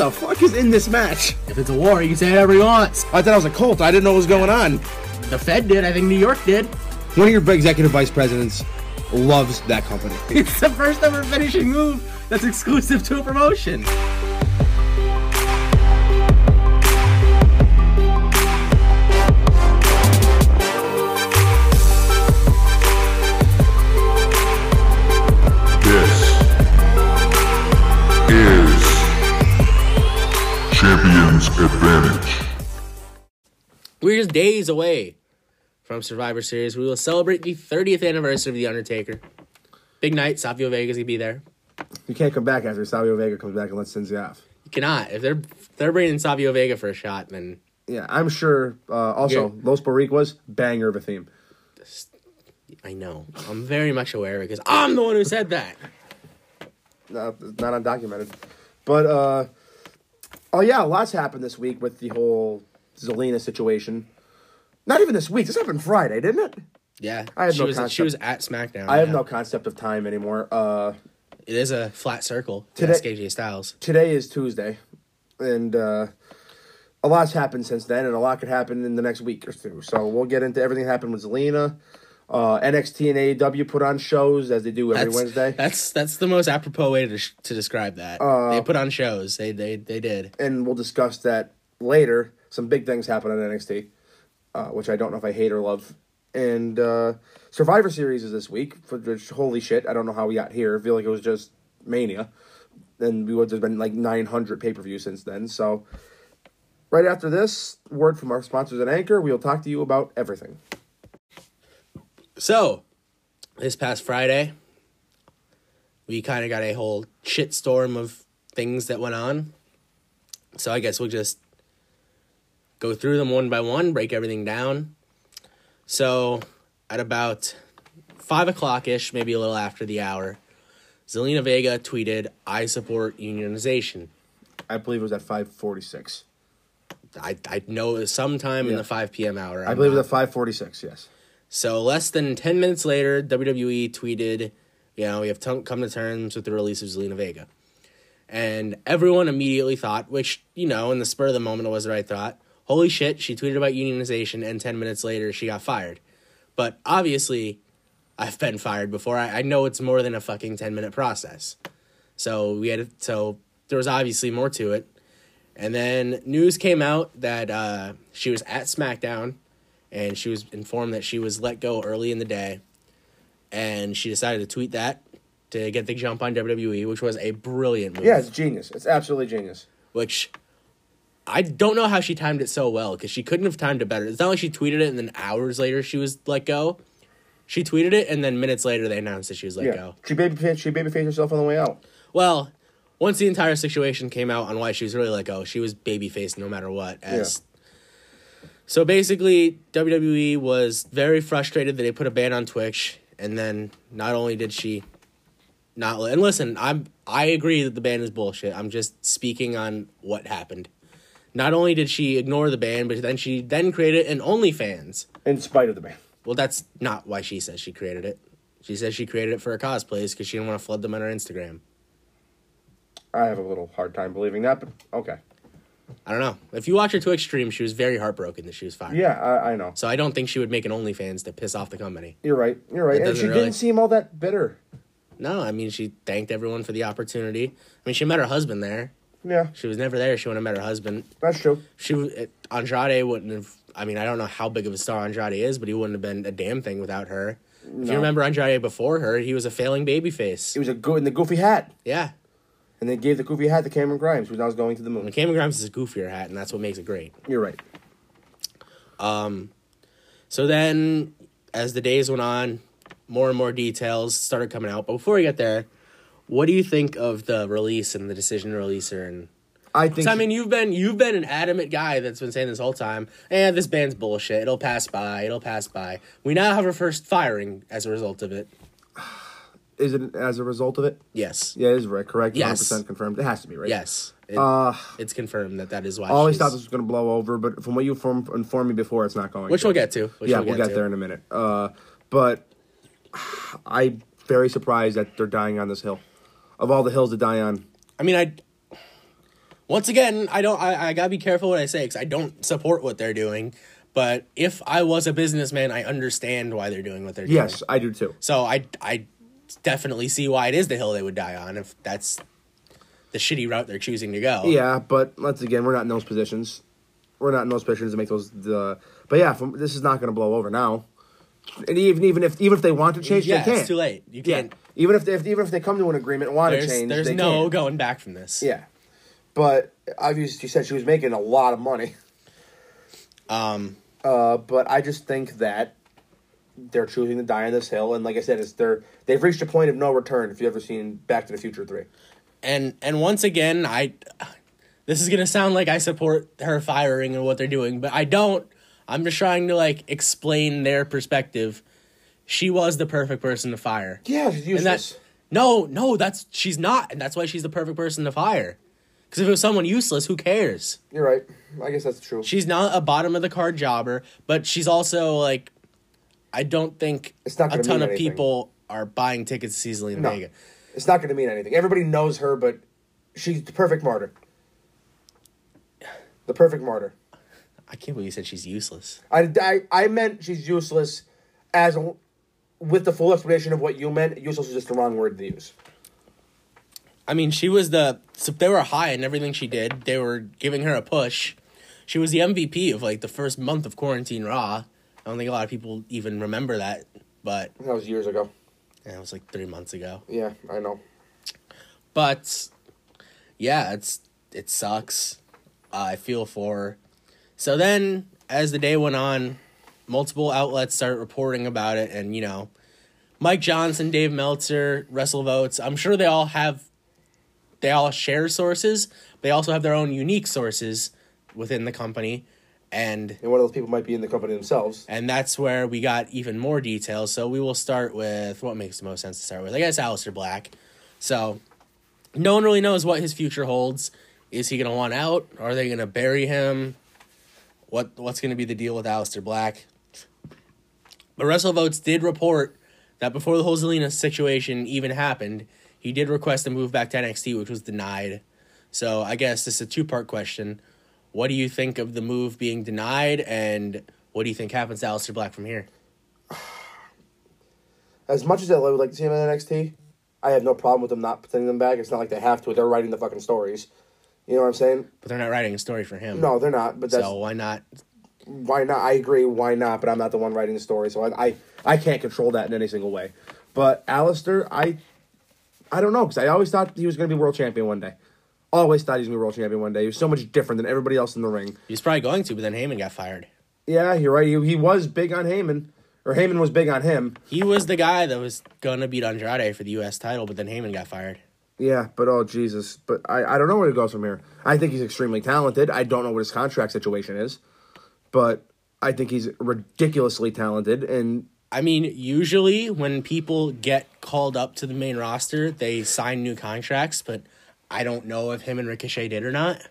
in this match. If it's a war, you can say whatever you want. I thought I was a cult. I didn't know what was going on. The Fed did. I think New York did. One of your executive vice presidents loves that company. It's the first ever finishing move that's exclusive to a promotion. This is Champions Advantage. We're just days away from Survivor Series. We will celebrate the 30th anniversary of The Undertaker. Big night. Savio Vega's gonna be there. You can't come back after Savio Vega comes back and lets Cincy off. You cannot. If they're if they're bringing in Savio Vega for a shot, then Yeah, I'm sure. Uh, also, Yeah. Los Boricuas, banger of a theme. I know. I'm very much aware because I'm the one who said that. Not, not undocumented. But, uh, oh yeah, lots happened this week with the whole Zelina situation. Not even this week. This happened Friday, didn't it? Yeah, I have she no was concept. she was at SmackDown. I have yeah. no concept of time anymore. Uh, It is a flat circle. Today- That's KJ Styles. today is Tuesday, and uh, a lot's happened since then, and a lot could happen in the next week or two. So we'll get into everything that happened with Zelina. Uh, NXT and AEW put on shows as they do every That's, Wednesday, Uh, That's that's the most apropos way to, to describe that. they put on shows. They they they did. and we'll discuss that later. Some big things happen on NXT, uh, which I don't know if I hate or love. And uh, Survivor Series is this week. For which, holy shit, I don't know how we got here. I feel like it was just Mania, and we would there's been like 900 pay per view since then. So. Right after this, word from our sponsors at Anchor, we'll talk to you about everything. So, this past Friday, we kind of got a whole shitstorm of things that went on. So I guess we'll just go through them one by one, break everything down. So at about five o'clock ish, maybe a little after the hour, Zelina Vega tweeted, "I support unionization." I believe it was at 546. I I know it was sometime in the five p.m. hour. I believe it was at 546, yes. So less than ten minutes later, WWE tweeted, "You know, we have to- come to terms with the release of Zelina Vega," and everyone immediately thought, which you know, in the spur of the moment, it was the right thought. Holy shit! She tweeted about unionization, and ten minutes later, she got fired. But obviously, I've been fired before. I, I know it's more than a fucking ten minute process. So we had so there was obviously more to it. And then news came out that uh, she was at SmackDown and she was informed that she was let go early in the day and she decided to tweet that to get the jump on WWE which was a brilliant move Yeah, it's genius. It's absolutely genius. which I don't know how she timed it so well cuz she couldn't have timed it better it's not like she tweeted it and then hours later she was let go she tweeted it and then minutes later they announced that she was let Yeah. go She baby she babyfaced herself on the way out. well once the entire situation came out on why she was really let go she was babyface no matter what as So basically, WWE was very frustrated that they put a ban on Twitch, and then not only did she not li- and listen, I'm I agree that the ban is bullshit. I'm just speaking on what happened. Not only did she ignore the ban, but then she then created an OnlyFans. In spite of the man. Well, that's not why she says she created it. She says she created it for her cosplays because she didn't want to flood them on her Instagram. I have a little hard time believing that, but okay. I don't know. If you watch her Twitch stream, she was very heartbroken that she was fired. Yeah, I, I know. So I don't think she would make an OnlyFans to piss off the company. You're right. You're right. It And doesn't she really- didn't seem all that bitter. No, I mean she thanked everyone for the opportunity. I mean she met her husband there. Yeah, She was never there. She would have met her husband. that's true. She eh, Andrade wouldn't have. I mean I don't know how big of a star Andrade is, but he wouldn't have been a damn thing without her. If you remember Andrade before her, he was a failing babyface. It was a good in the goofy hat, Yeah, and they gave the goofy hat to Cameron Grimes, who now is going to the moon. and Cameron Grimes is a goofier hat, and that's what makes it great. You're right. So then, as the days went on, more and more details started coming out. But before we get there, what do you think of the release and the decision to release her and? I think. So, I mean, you've been you've been an adamant guy that's been saying this whole time. Eh, this band's bullshit. It'll pass by. It'll pass by. We now have our first firing as a result of it. is it as a result of it? Yes. Yeah, it is right. Correct. Yes. 100% confirmed. It has to be right. Yes. It- it's confirmed that that is why. I Uh, always she's- thought this was going to blow over, but from what you inform, informed me before, it's not going. which to. we'll get to. Which yeah, we'll we'll, get, get, to. there in a minute. Uh, but I'm very surprised that they're dying on this hill. Of all the hills to die on, I mean, I once again, I don't. I, I gotta be careful what I say because I don't support what they're doing. But if I was a businessman, I understand why they're doing what they're doing. Yes, I do too. So I I definitely see why it is the hill they would die on if that's the shitty route they're choosing to go. Yeah, but once again, we're not in those positions. We're not in those positions to make those the. But yeah, from, this is not going to blow over now. And even even if even if they want to change, yeah, they can't. it's too late. You Yeah, can't. even if, they, if even if they come to an agreement and want to There's, change, there's they no can't. going back from this. Yeah, but obviously you said she was making a lot of money. Um. Uh, but I just think that they're choosing to die on this hill, and like I said, it's they're they've reached a point of no return. If you have ever seen Back to the Future three, and and once again i this is gonna sound like i support her firing and what they're doing but i don't i'm just trying to like explain their perspective she was the perfect person to fire yeah, she's and useless. that's no no that's she's not and that's why she's the perfect person to fire because if it was someone useless who cares You're right. I guess that's true. she's not a bottom of the card jobber but she's also like i don't think It's not a gonna ton mean of anything. people are buying tickets to see Selena No. Vega. It's not going to mean anything. Everybody knows her, but she's the perfect martyr. The perfect martyr. I can't believe you said she's useless. I, I, I meant she's useless as a, with the full explanation of what you meant. Useless is just the wrong word to use. I mean, she was the. So they were high in everything she did. They were giving her a push. She was the MVP of like the first month of quarantine Raw. I don't think a lot of people even remember that, but That was years ago. yeah, it was like three months ago. Yeah, I know. But yeah, it's it sucks. I feel for. her. So then, as the day went on, multiple outlets started reporting about it, and you know, Mike Johnson, Dave Meltzer, Russell Votes. I'm sure they all have, they all share sources. They also have their own unique sources within the company, and And one of those people might be in the company themselves. and that's where we got even more details. So we will start with what makes the most sense to start with. I guess Alistair Black. So no one really knows what his future holds. Is he gonna want out? Are they gonna bury him? What what's gonna be the deal with Alistair Black? But Russell Votes did report that before the whole Zelina situation even happened, he did request a move back to NXT, which was denied. So I guess this is a two part question. What do you think of the move being denied, and what do you think happens to Aleister Black from here? As much as I would like to see him in NXT, I have no problem with them not sending them back. It's not like they have to. They're writing the fucking stories. You know what I'm saying? But they're not writing a story for him. No, they're not. But that's so why not? why not? I agree, why not? But I'm not the one writing the story, so I I, I can't control that in any single way. But Alistair, I I don't know because I always thought he was going to be world champion one day. Always thought he was going to be world champion one day. He was so much different than everybody else in the ring. He's probably going to, but then Heyman got fired. Yeah, you're right. He, he was big on Heyman, or Heyman was big on him. He was the guy that was gonna beat Andrade for the U.S. title, but then Heyman got fired. Yeah, but oh Jesus, but I I don't know where it goes from here. I think he's extremely talented. I don't know what his contract situation is, but I think he's ridiculously talented and. I mean, usually when people get called up to the main roster, they sign new contracts, but I don't know if him and Ricochet did or not.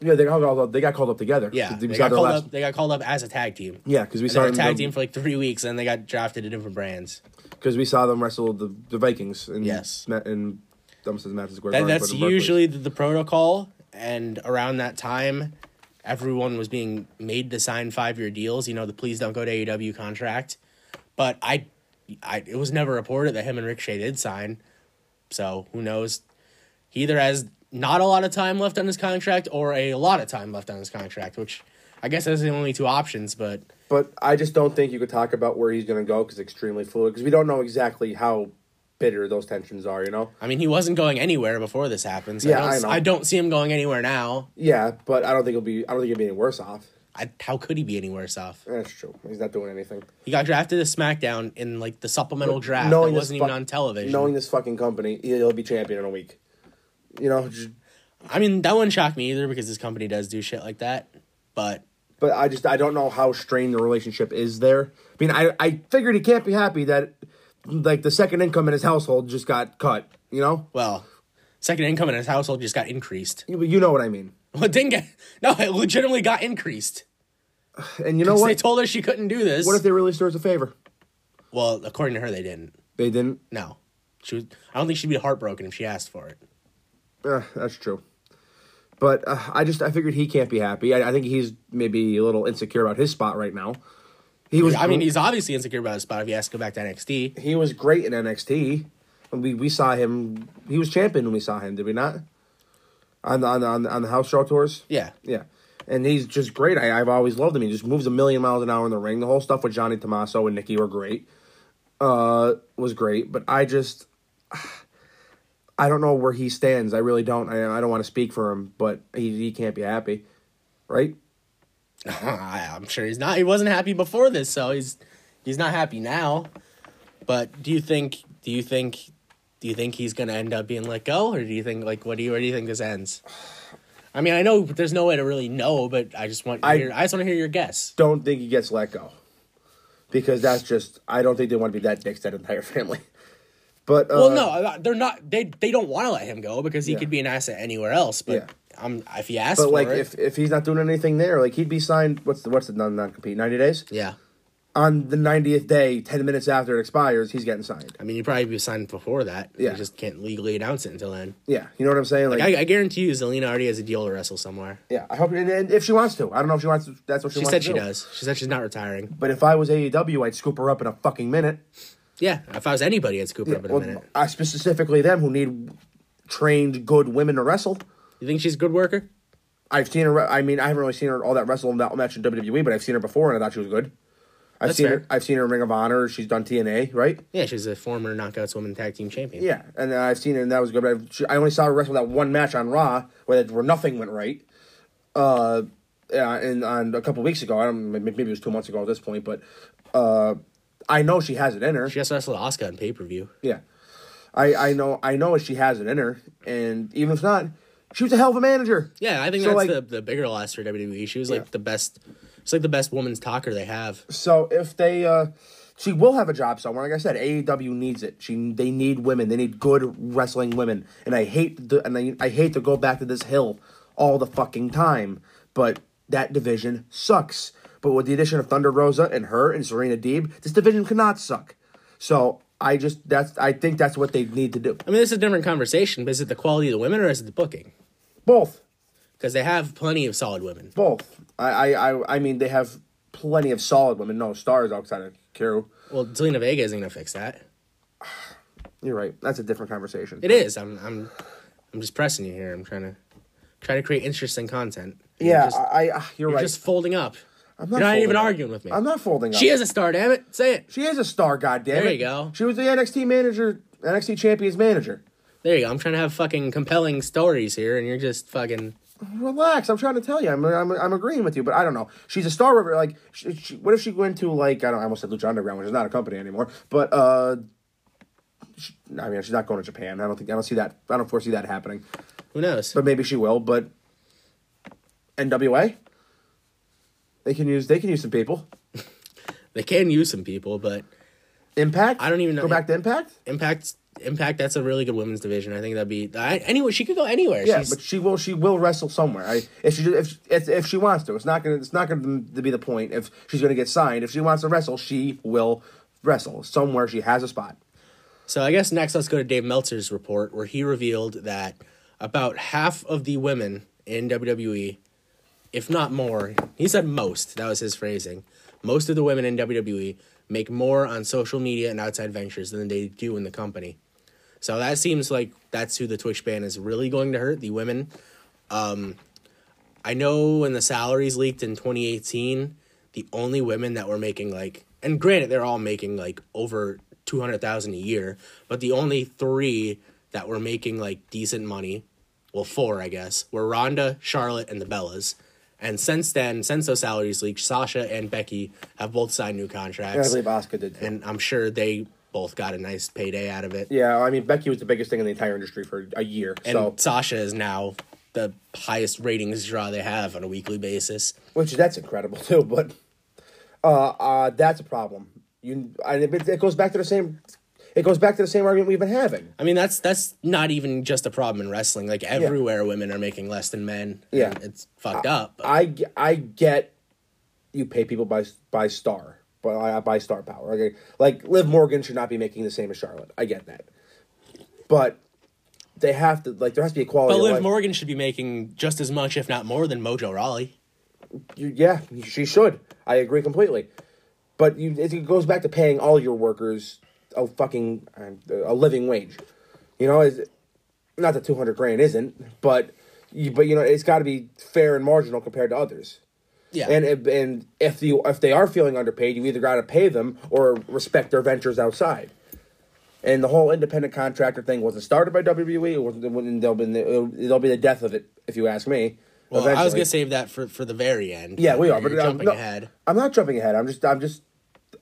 Yeah, they got called up. They got called up together. Yeah, They they got got their called last- up. They got called up as a tag team. Yeah, because we They saw were a them, tag team for like three weeks, and they got drafted to different brands. because we saw them wrestle the, the Vikings. In, Yes. Ma- in Dumpsters Madison Square. That, Garden, that's but in Barclays. usually the, the protocol, and around that time, everyone was being made to sign five year deals. You know, the please don't go to AEW contract. But I, I it was never reported that him and Ricochet did sign, so who knows? He either has not a lot of time left on his contract or a lot of time left on his contract, which I guess those are the only two options. But But I just don't think you could talk about where he's going to go because it's extremely fluid. Because we don't know exactly how bitter those tensions are. You know. I mean, he wasn't going anywhere before this happened. So Yeah, I, I don't, know. I don't see him going anywhere now. Yeah, but I don't think it'll be. I don't think it'll be any worse off. I, how could he be any worse off? That's true. He's not doing anything. He got drafted to SmackDown in like the supplemental draft that this wasn't even fu- on television. Knowing this fucking company, he'll be champion in a week. You know, just- I mean, that wouldn't shock me either because this company does do shit like that. But but I just I don't know how strained the relationship is there. I mean, I I figured he can't be happy that like the second income in his household just got cut. You know, well, second income in his household just got increased. you, you know what I mean. Well, it didn't get no, it legitimately got increased. And you know They what? told her she couldn't do this. What if they really her as a favor? well, according to her, they didn't. They didn't. No, she was. I don't think she'd be heartbroken if she asked for it. Eh, that's true. But uh, I just I figured he can't be happy. I, I think he's maybe a little insecure about his spot right now. He was. I mean, he's obviously insecure about his spot if he has to go back to NXT. he was great in NXT. We we saw him. He was champion when we saw him. Did we not? On the on the, on the, on the house show tours. Yeah. Yeah. And he's just great. I, I've always loved him. He just moves a million miles an hour in the ring. The whole stuff with Johnny Tommaso and Nikki were great. Uh, was great. But I just, I don't know where he stands. I really don't. I, I don't want to speak for him, but he, he can't be happy, right? I, I'm sure he's not. He wasn't happy before this, so he's he's not happy now. But do you think? Do you think? Do you think he's gonna end up being let go, or do you think like what do you where do you think this ends? I mean, I know there's no way to really know, but I just want I- your, I just want to hear your guess. Don't think he gets let go, because that's just. I don't think they want to be that dicks that entire family. But uh, Well, no, I- they're not. They they don't want to let him go because he Yeah. could be an asset anywhere else. But Yeah. I'm if he asks But for like, it, if if he's not doing anything there, like he'd be signed. What's the what's the non non compete? Ninety days. yeah, on the 90th day, 10 minutes after it expires, he's getting signed. I mean, you'd probably be signed before that. Yeah. you just can't legally announce it until then. Yeah, you know what I'm saying? Like, I, I guarantee you, Zelina already has a deal to wrestle somewhere. yeah, I hope and, and if she wants to. I don't know if she wants to. That's what she, She wants said to she do. does. She said she's not retiring. But if I was AEW, I'd scoop her up in a fucking minute. Yeah, if I was anybody, I'd scoop her up in a Well, minute. I specifically them who need trained good women to wrestle. You think she's a good worker? I've seen her. re- I mean, I haven't really seen her all that wrestle that match in WWE, but I've seen her before and I thought she was good. I've That's seen fair. her. I've seen her in Ring of Honor. She's done TNA, right? Yeah, she's a former Knockouts Women Tag Team Champion. Yeah, and uh, I've seen her, and that was good. But I've, she, I only saw her wrestle that one match on Raw where that, where nothing went right. Uh, yeah, and on a couple weeks ago, I don't maybe it was two months ago at this point, but uh, I know she has it in her. She just wrestled Asuka on pay per view. Yeah, I I know I know she has it in her, and even if not, she was a hell of a manager. Yeah, I think So, that's like- the, the bigger loss for WWE. She was like the best. She's like the best woman's talker they have. So if they, uh, she will have a job somewhere. Like I said, AEW needs it. She they need women. They need good wrestling women. And I hate the and I, I hate to go back to this hill all the fucking time. But that division sucks. But with the addition of Thunder Rosa and her and Serena Deeb, this division cannot suck. So I just that's I think that's what they need to do. I mean, this is a different conversation. But is it the quality of the women or is it the booking? Both, Because they have plenty of solid women. both. I I I, I mean they have plenty of solid women. No stars outside of Kiru. Well, Zelina Vega isn't gonna fix that. You're right. That's a different conversation. It is. I'm I'm I'm just pressing you here. I'm trying to try to create interesting content. You're yeah, just, I, I you're right. just folding up. I'm You're not folding even up. arguing with me. I'm not folding up. She is a star. Damn it! Say it. She is a star. Goddamn There you go. She was the NXT manager, NXT champions manager. There you go. I'm trying to have fucking compelling stories here, and you're just fucking. Relax. I'm trying to tell you. I'm I'm, I'm agreeing with you, but I don't know. She's a star. whatever, Like, she, she, what if she went to like I don't. I almost said Lucha Underground, which is not a company anymore. But uh, she, I mean, she's not going to Japan. I don't think. I don't see that. I don't foresee that happening. Who knows? But maybe she will. But NWA. They can use. They can use some people. they can use some people, but Impact. I don't even know- Go back to Impact. Impact, Impact, that's a really good women's division. I think that'd be I, anyway. She could go anywhere. Yeah, She's, but she will. She will wrestle somewhere. I, if she if, if if she wants to, it's not gonna it's not gonna be the point. If she's gonna get signed, if she wants to wrestle, she will wrestle somewhere. She has a spot. so I guess next let's go to Dave Meltzer's report, where he revealed that about half of the women in WWE, if not more, he said most. That was his phrasing. Most of the women in WWE make more on social media and outside ventures than they do in the company. So that seems like that's who the Twitch ban is really going to hurt the women. Um, I know when the salaries leaked in 2018, the only women that were making like, and granted, they're all making like over 200,000 a year, but the only three that were making like decent money, well, four, I guess, were Rhonda, Charlotte, and the Bellas. And since then, since those salaries leaked, Sasha and Becky have both signed new I contracts. believe Oscar did. Too. and I'm sure they both got a nice payday out of it. Yeah, I mean Becky was the biggest thing in the entire industry for a year. And so Sasha is now the highest ratings draw they have on a weekly basis. which that's incredible too. But uh, uh, that's a problem. You, I, it it goes back to the same. It goes back to the same argument we've been having. I mean, that's that's not even just a problem in wrestling. Like everywhere, women are making less than men. and Yeah. it's fucked up. but- I, g- I get you pay people by by star, by by star power. Okay, like Liv Morgan should not be making the same as Charlotte. I get that, but they have to like there has to be a quality. But of Liv life. Morgan should be making just as much, if not more, than Mojo Raleigh. You- yeah, she should. I agree completely. But you, it goes back to paying all your workers a fucking a living wage. You know, is not that two hundred grand isn't, but you, but you know it's got to be fair and marginal compared to others. Yeah. And if- and if you if they are feeling underpaid, you either got to pay them or respect their ventures outside. And the whole independent contractor thing wasn't started by WWE. It wasn't. It wouldn't- They'll be they'll be the death of it if you ask me. well, I was eventually. gonna save that for, for the very end. Yeah, we are. You're But I'm, jumping no, ahead. I'm not jumping ahead. I'm just. I'm just.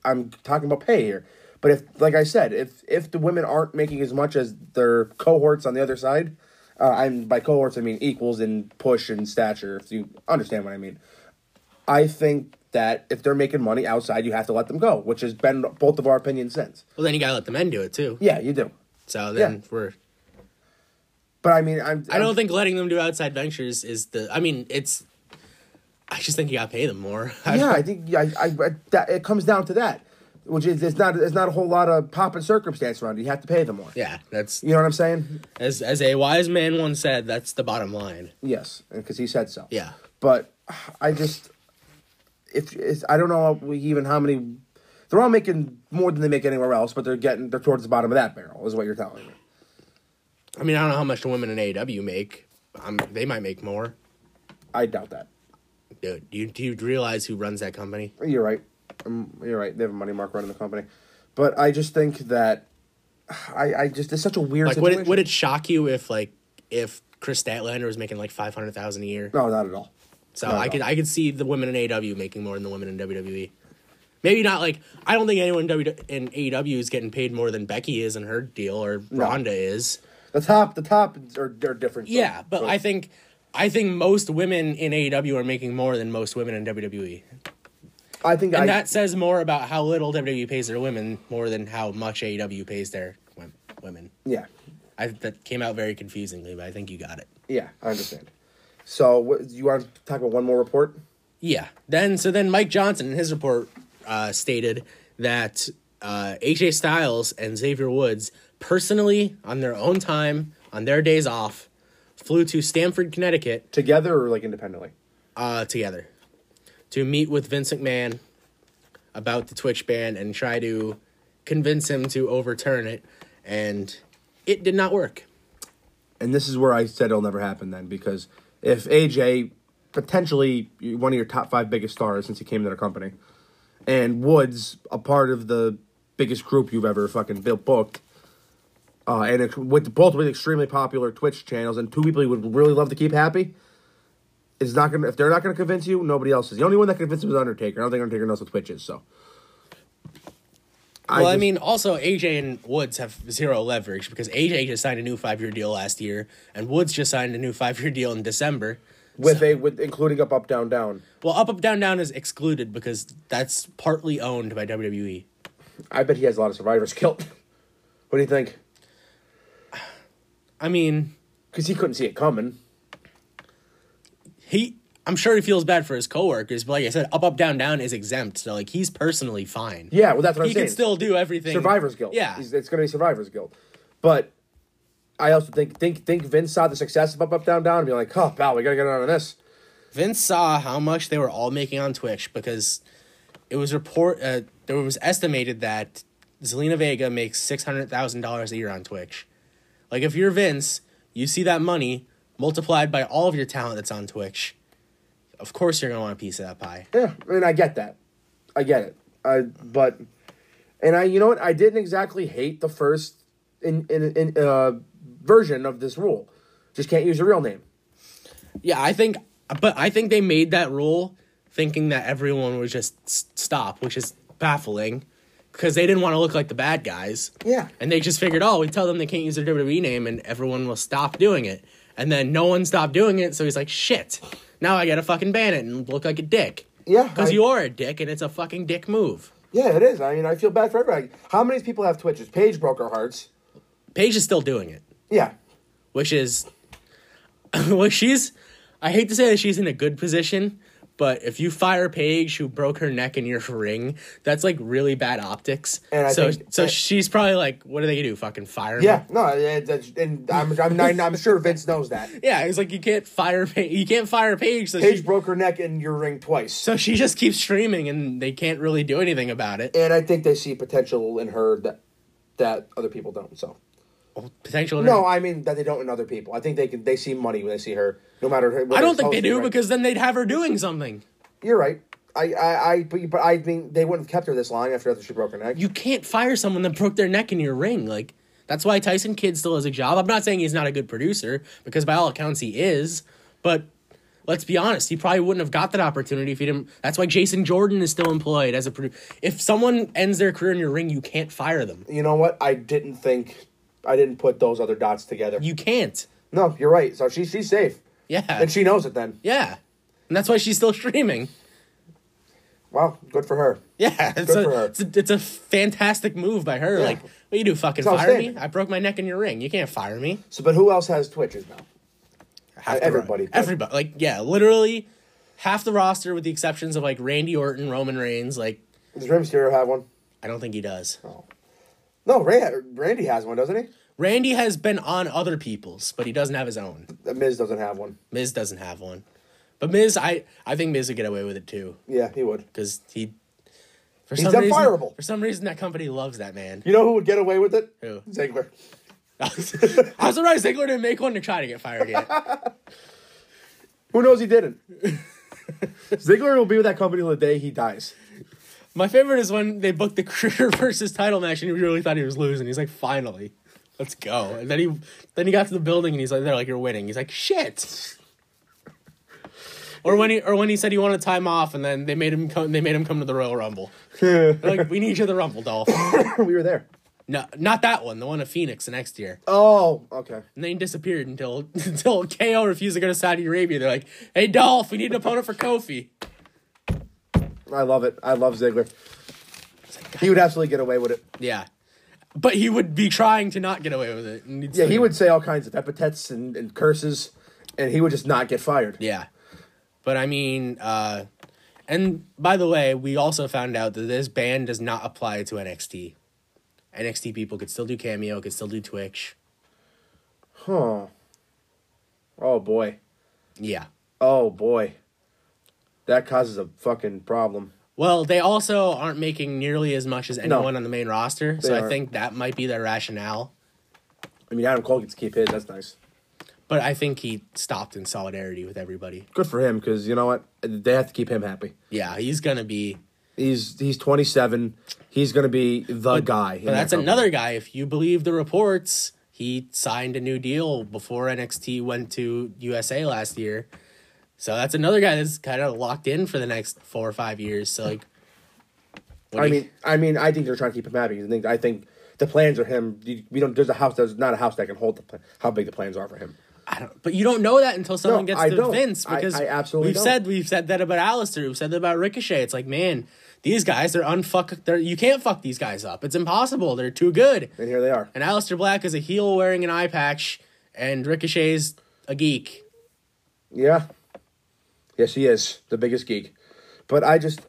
I'm talking about pay here. But if, like I said, if if the women aren't making as much as their cohorts on the other side, uh, I'm by cohorts I mean equals in push and stature. If you understand what I mean, I think that if they're making money outside, you have to let them go, which has been both of our opinions since. Well, then you gotta let the men do it too. Yeah, you do. So then Yeah. we're. But I mean, I'm. I don't I'm- think letting them do outside ventures is the. I mean, it's. I just think you gotta pay them more. yeah, I think yeah, I, I, that it comes down to that, which is it's not it's not a whole lot of pop and circumstance around. it. You have to pay them more. yeah, that's You know what I'm saying? as as a wise man once said. That's the bottom line. Yes, because he said so. Yeah. But I just, if it's, I don't know we even how many, they're all making more than they make anywhere else, but they're getting they're towards the bottom of that barrel is what you're telling me. I mean, I don't know how much the women in AEW make. Um, they might make more. I doubt that. Dude, you, do you realize who runs that company? You're right. Um, you're right. They have a money mark running the company, but I just think that I I just it's such a weird Like, would situation. it, would it shock you if like if Chris Statlander was making like five hundred thousand a year? no, not at all. so not at I could I could see the women in AEW making more than the women in WWE. Maybe not like I don't think anyone in, w, in AEW is getting paid more than Becky is in her deal or Ronda is. The top the top are are different. so- Yeah, but I think I think most women in AEW are making more than most women in E. WWE. I think I, And that says more about how little WWE pays their women more than how much AEW pays their wom- women. yeah I, that came out very confusingly, but I think you got it. yeah I understand. So what, you want to talk about one more report? Yeah. Then so then Mike Johnson in his report uh, stated that uh, AJ Styles and Xavier Woods personally on their own time on their days off flew to Stamford, Connecticut Together or like independently? uh, together to meet with Vince McMahon about the Twitch ban and try to convince him to overturn it, and it did not work. and this is where I said it'll never happen then because if AJ potentially one of your top five biggest stars since he came to the company, and Woods a part of the biggest group you've ever fucking built booked, uh, and it, with both with extremely popular Twitch channels and two people you would really love to keep happy. It's not gonna if they're not gonna convince you, nobody else is. The only one that convinced him is Undertaker. I don't think Undertaker knows what Twitch is, so. Well, I, just- mean, also AJ and Woods have zero leverage because AJ just signed a new five year deal last year, and Woods just signed a new five year deal in December. with a with including up up down down. Well, Up Up Down Down is excluded because that's partly owned by E. WWE. I bet he has a lot of survivors killed. What do you think? I mean, Because he couldn't see it coming. he. I'm sure he feels bad for his coworkers, but like I said, Up Up Down Down is exempt, so like he's personally fine. Yeah, well, that's what he I'm saying. can still do everything. Survivor's Guilt. Yeah. He's- it's going to be Survivor's Guilt. But I also think think think Vince saw the success of Up Up Down Down and be like, oh, pal, we got to get on to this. Vince saw how much they were all making on Twitch because it was report uh, there was estimated that Zelina Vega makes six hundred thousand dollars a year on Twitch. Like if you're Vince, you see that money multiplied by all of your talent that's on Twitch. Of course, you're gonna want a piece of that pie. Yeah, I mean, I get that. I get it. I but, and I, you know what? I didn't exactly hate the first in in, in uh, version of this rule. Just can't use your real name. Yeah, I think, but I think they made that rule thinking that everyone would just s- stop, which is baffling because they didn't want to look like the bad guys. Yeah. And they just figured, oh, we tell them they can't use their WWE name and everyone will stop doing it. And then no one stopped doing it, so he's like, shit, now I gotta fucking ban it and look like a dick. Yeah, Because I- you are a dick and it's a fucking dick move. Yeah, it is. I mean, I feel bad for everybody. How many people have Twitches? Paige broke our hearts. Paige is still doing it, Yeah. which is, well, she's, I hate to say that she's in a good position, But if you fire Paige, who broke her neck in your ring, that's like really bad optics. And I so, think- so she's probably like, "What are they gonna do? Fucking fire me?" Yeah, no, it- that's, and I'm I'm, not, I'm sure Vince knows that. yeah. It's like you can't fire Paige. You can't fire Paige. So Paige she, broke her neck in your ring twice, so she just keeps streaming, and they can't really do anything about it. and I think they see potential in her that that other people don't. So Potential. no, I mean that they don't in other people. I think they can they see money when they see her, no matter. Her, I don't think they do right? because then they'd have her doing something. you're right. I I, I but, you- but I mean they wouldn't have kept her this long after after she broke her neck. You can't fire someone that broke their neck in your ring. Like that's why Tyson Kidd still has a job. I'm not saying he's not a good producer because by all accounts he is, but let's be honest, he probably wouldn't have got that opportunity if he didn't. That's why Jason Jordan is still employed as a producer. If someone ends their career in your ring, you can't fire them. you know what? I didn't think I didn't put those other dots together. You can't. no, you're right. So she she's safe, Yeah. and she knows it. Then yeah. And that's why she's still streaming. well, good for her. Yeah, it's for a, her. it's a it's a fantastic move by her. Like, what you do? Fucking It's fire me? outstanding. I broke my neck in your ring. You can't fire me. So, but who else has Twitches now? half the Everybody ro- does. everybody, like yeah, literally half the roster, with the exceptions of like Randy Orton, Roman Reigns. Like Does Rey Mysterio have one? I don't think he does. No, Ray, Randy has one, doesn't he? Randy has been on other people's, but he doesn't have his own. The Miz doesn't have one. Miz doesn't have one, but Miz, I I think Miz would get away with it too Yeah, he would. because he. For He's some reason, unfireable. for some reason, that company loves that man. You know who would get away with it? Who? Ziggler. I was surprised Ziggler didn't make one to try to get fired yet. Who knows he didn't? Ziggler will be with that company till the day he dies. My favorite is when they booked the career versus title match, and he really thought he was losing. He's like, "Finally, let's go!" And then he, then he got to the building, and he's like, "They're like, you're winning." He's like, "Shit." Or when he, or when he said he wanted time off, and then they made him come, they made him come to the Royal Rumble. They're like, we need you at the Rumble, Dolph. we were there. No, not that one. The one of Phoenix the next year. Oh, okay. And then he disappeared until until KO refused to go to Saudi Arabia. They're like, "Hey, Dolph, we need an opponent for Kofi." I love it. I love Ziggler. He would absolutely get away with it. Yeah, but he would be trying to not get away with it. and he'd Yeah, he still- would say all kinds of epithets and, and curses, and he would just not get fired. Yeah. But I mean, uh, and by the way, we also found out that this ban does not apply to NXT. NXT people could still do Cameo, could still do Twitch. Oh boy. Yeah. Oh boy. That causes a fucking problem. Well, they also aren't making nearly as much as anyone on the main roster, so I aren't. think that might be their rationale. I mean, Adam Cole gets to keep his. That's nice. But I think he stopped in solidarity with everybody. Good for him, because you know what? They have to keep him happy. Yeah, he's gonna be. He's he's 27. He's gonna be the guy. in But that that's company. another guy. If you believe the reports, he signed a new deal before NXT went to USA last year. So that's another guy that's kind of locked in for the next four or five years. So like, what I do you- mean, I mean, I think they're trying to keep him happy. I think I think the plans are him. you- We don't. There's a house. There's not a house that can hold the plan, how big the plans are for him. I don't, but you don't know that until someone No, gets I to don't. Vince I- because I absolutely we've don't. said we've said that about Alistair, we've said that about Ricochet. It's like, man, these guys they're unfuck. They're you can't fuck these guys up. It's impossible. They're too good. And here they are. And Alistair Black is a heel wearing an eye patch, and Ricochet's a geek. Yeah. Yes, he is the biggest geek. But I just,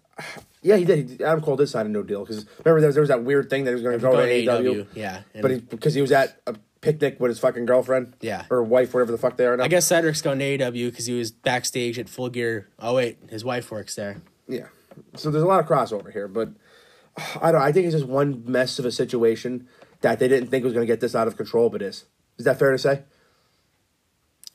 yeah, he did. Adam Cole did sign a no deal because remember there was, there was that weird thing that he was going to go to Going to E AEW. AEW, yeah, and- E but he, because he was at a picnic with his fucking girlfriend. Yeah. Or wife, whatever the fuck they are now. I guess Cedric's going to AEW because he was backstage at Full Gear. Oh wait, his wife works there. Yeah. So there's a lot of crossover here, but I don't. I think it's just one mess of a situation that they didn't think was going to get this out of control, but is. Is that fair to say?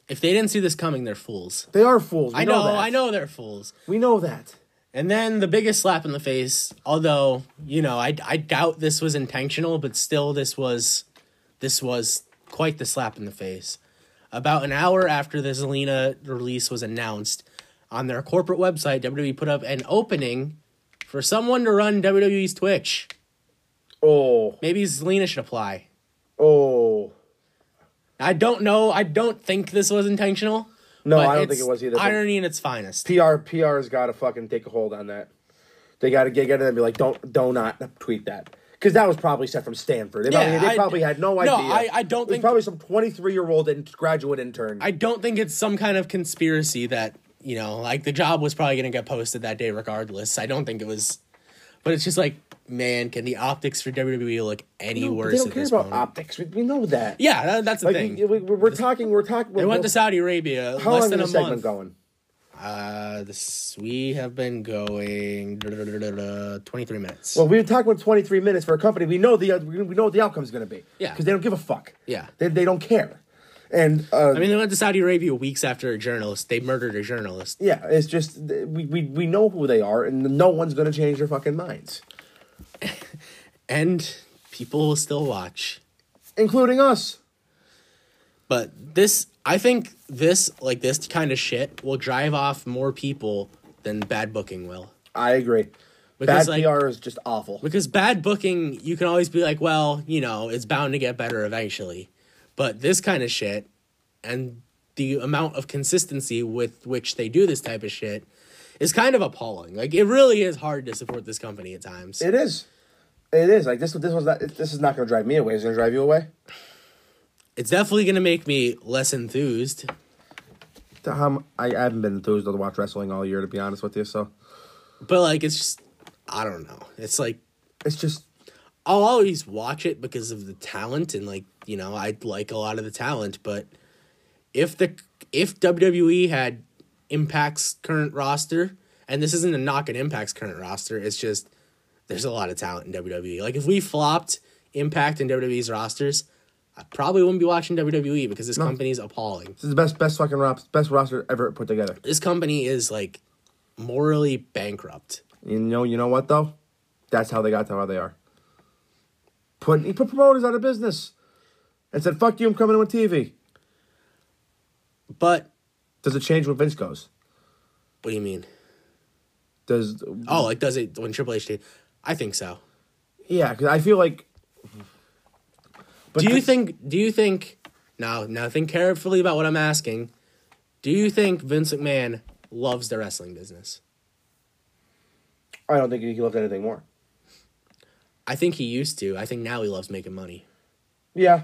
If they didn't see this coming, they're fools. They are fools. We I know, that. I know they're fools. We know that. And then the biggest slap in the face, although you know, I I doubt this was intentional, but still, this was this was quite the slap in the face. About an hour after the Zelina release was announced, on their corporate website, WWE put up an opening for someone to run WWE's Twitch. Oh, Maybe Zelina should apply. oh. I don't know. I don't think this was intentional. No, but I don't it's think it was either, but- Irony in its finest. PR PR's got to fucking take a hold on that. They got to get get it and be like, don't don't not tweet that because that was probably set from Stanford. They, Yeah, probably, they I- probably had no no, idea. I- I don't It was think- probably some twenty three year old graduate intern. I don't think it's some kind of conspiracy that You know, like the job was probably gonna get posted that day regardless. I don't think it was, but it's just like, man, can the optics for WWE look any But worse they don't at care this about point? optics. We, we know that. yeah, that, that's the like thing. we, we, we're talking. We're talking. they went to Saudi Arabia how less long than a is the segment month. going? Uh, this we have been going twenty three minutes. Well, we were talking about 23 minutes for a company. We know the uh, we know what the outcome's going to be. Yeah. Because they don't give a fuck. Yeah. They, they don't care. And uh, I mean, they went to Saudi Arabia weeks after a journalist. They murdered a journalist. yeah, it's just we, we we know who they are, and no one's going to change their fucking minds, And people will still watch. including us. But this, I think this, like this kind of shit will drive off more people than bad booking will. I agree. Because, Bad like- PR is just awful. Because bad booking, you can always be like, well, you know, it's bound to get better eventually. But this kind of shit and the amount of consistency with which they do this type of shit is kind of appalling. Like, it really is hard to support this company at times. It is. It is like this. This was not. This is not going to drive me away. It's going to drive you away. it's definitely going to make me less enthused. To how m- I, I haven't been enthused to watch wrestling all year, to be honest with you. So But, like, it's just, I don't know. It's like, it's just I'll always watch it because of the talent and like you know I like a lot of the talent, but if the if WWE had Impact's current roster, and this isn't a knock at Impact's current roster, it's just there's a lot of talent in WWE. Like if we flopped Impact and WWE's rosters, I probably wouldn't be watching WWE because this company's company is appalling. this is the best best fucking ros- best roster ever put together. This company is like morally bankrupt. You know, you know what though? That's how they got to where they are. Put he put promoters out of business, and said, "Fuck you, I'm coming on TV." But Does it change when Vince goes? what do you mean? Does Oh, like does it when Triple H did? I think so. yeah? Because I feel like. But do you this- think do you think now now think carefully about what i'm asking do you think vince mcmahon loves the wrestling business I don't think he loved anything more? i think he used to i think now he loves making money Yeah,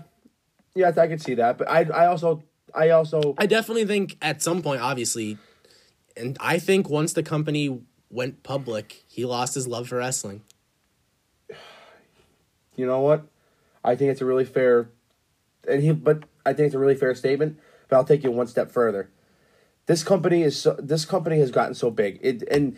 yeah, I could see that. But I, I also, I also, i definitely think at some point obviously and i think once the company went public he lost his love for wrestling you know what? I think it's a really fair, and he, but I think it's a really fair statement. But I'll take you one step further. This company is so, this company has gotten so big, it, and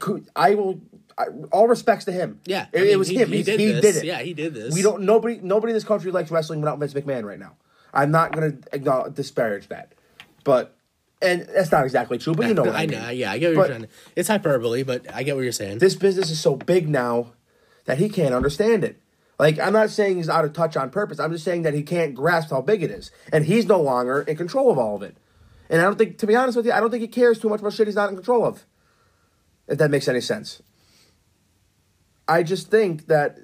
cou- I will, I, all respects to him. yeah it, I it mean, was him. He, he, did, this. it. yeah he did this we don't. Nobody, nobody in this country likes wrestling without Vince McMahon right now. I'm not gonna acknowledge, disparage that, but and that's not exactly true. But you know, what I, i mean. know yeah i get what you're But- trying to it's hyperbole but i get what you're saying this business is so big now that he can't understand it. Like I'm not saying he's out of touch on purpose. I'm just saying that he can't grasp how big it is, and he's no longer in control of all of it. And I don't think, to be honest with you, I don't think he cares too much about shit he's not in control of. If that makes any sense. I just think that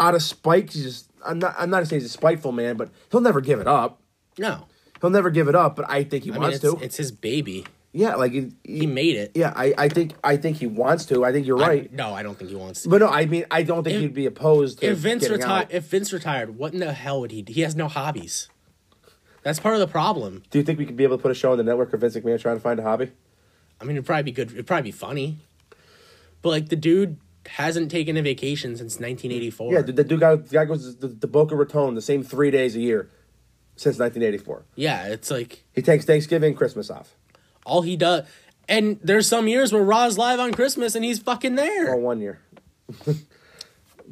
out of spite, he's just. I'm not. I'm not gonna say he's a spiteful man, but he'll never give it up. no He'll never give it up. But I think he i mean wants it's, to. it's his baby yeah, like he, he made it yeah. I, I think. I think he wants to. I think you're I- right. no i don't think he wants to But no, I mean, I don't think If- he'd be opposed to if Vince getting retired, out. if Vince retired, what in the hell would he do? He has no hobbies. That's part of the problem. Do you think we could be able to put a show on the network of Vince McMahon trying to find a hobby? I mean, it'd probably be good. It'd probably be funny. But like the dude hasn't taken a vacation since 1984. Yeah, the, the dude got, the guy goes to the, the Boca Raton the same three days a year since 1984. Yeah, it's like He takes Thanksgiving, and Christmas off, all he does. And there's some years where Raw's live on Christmas and he's fucking or there. one year.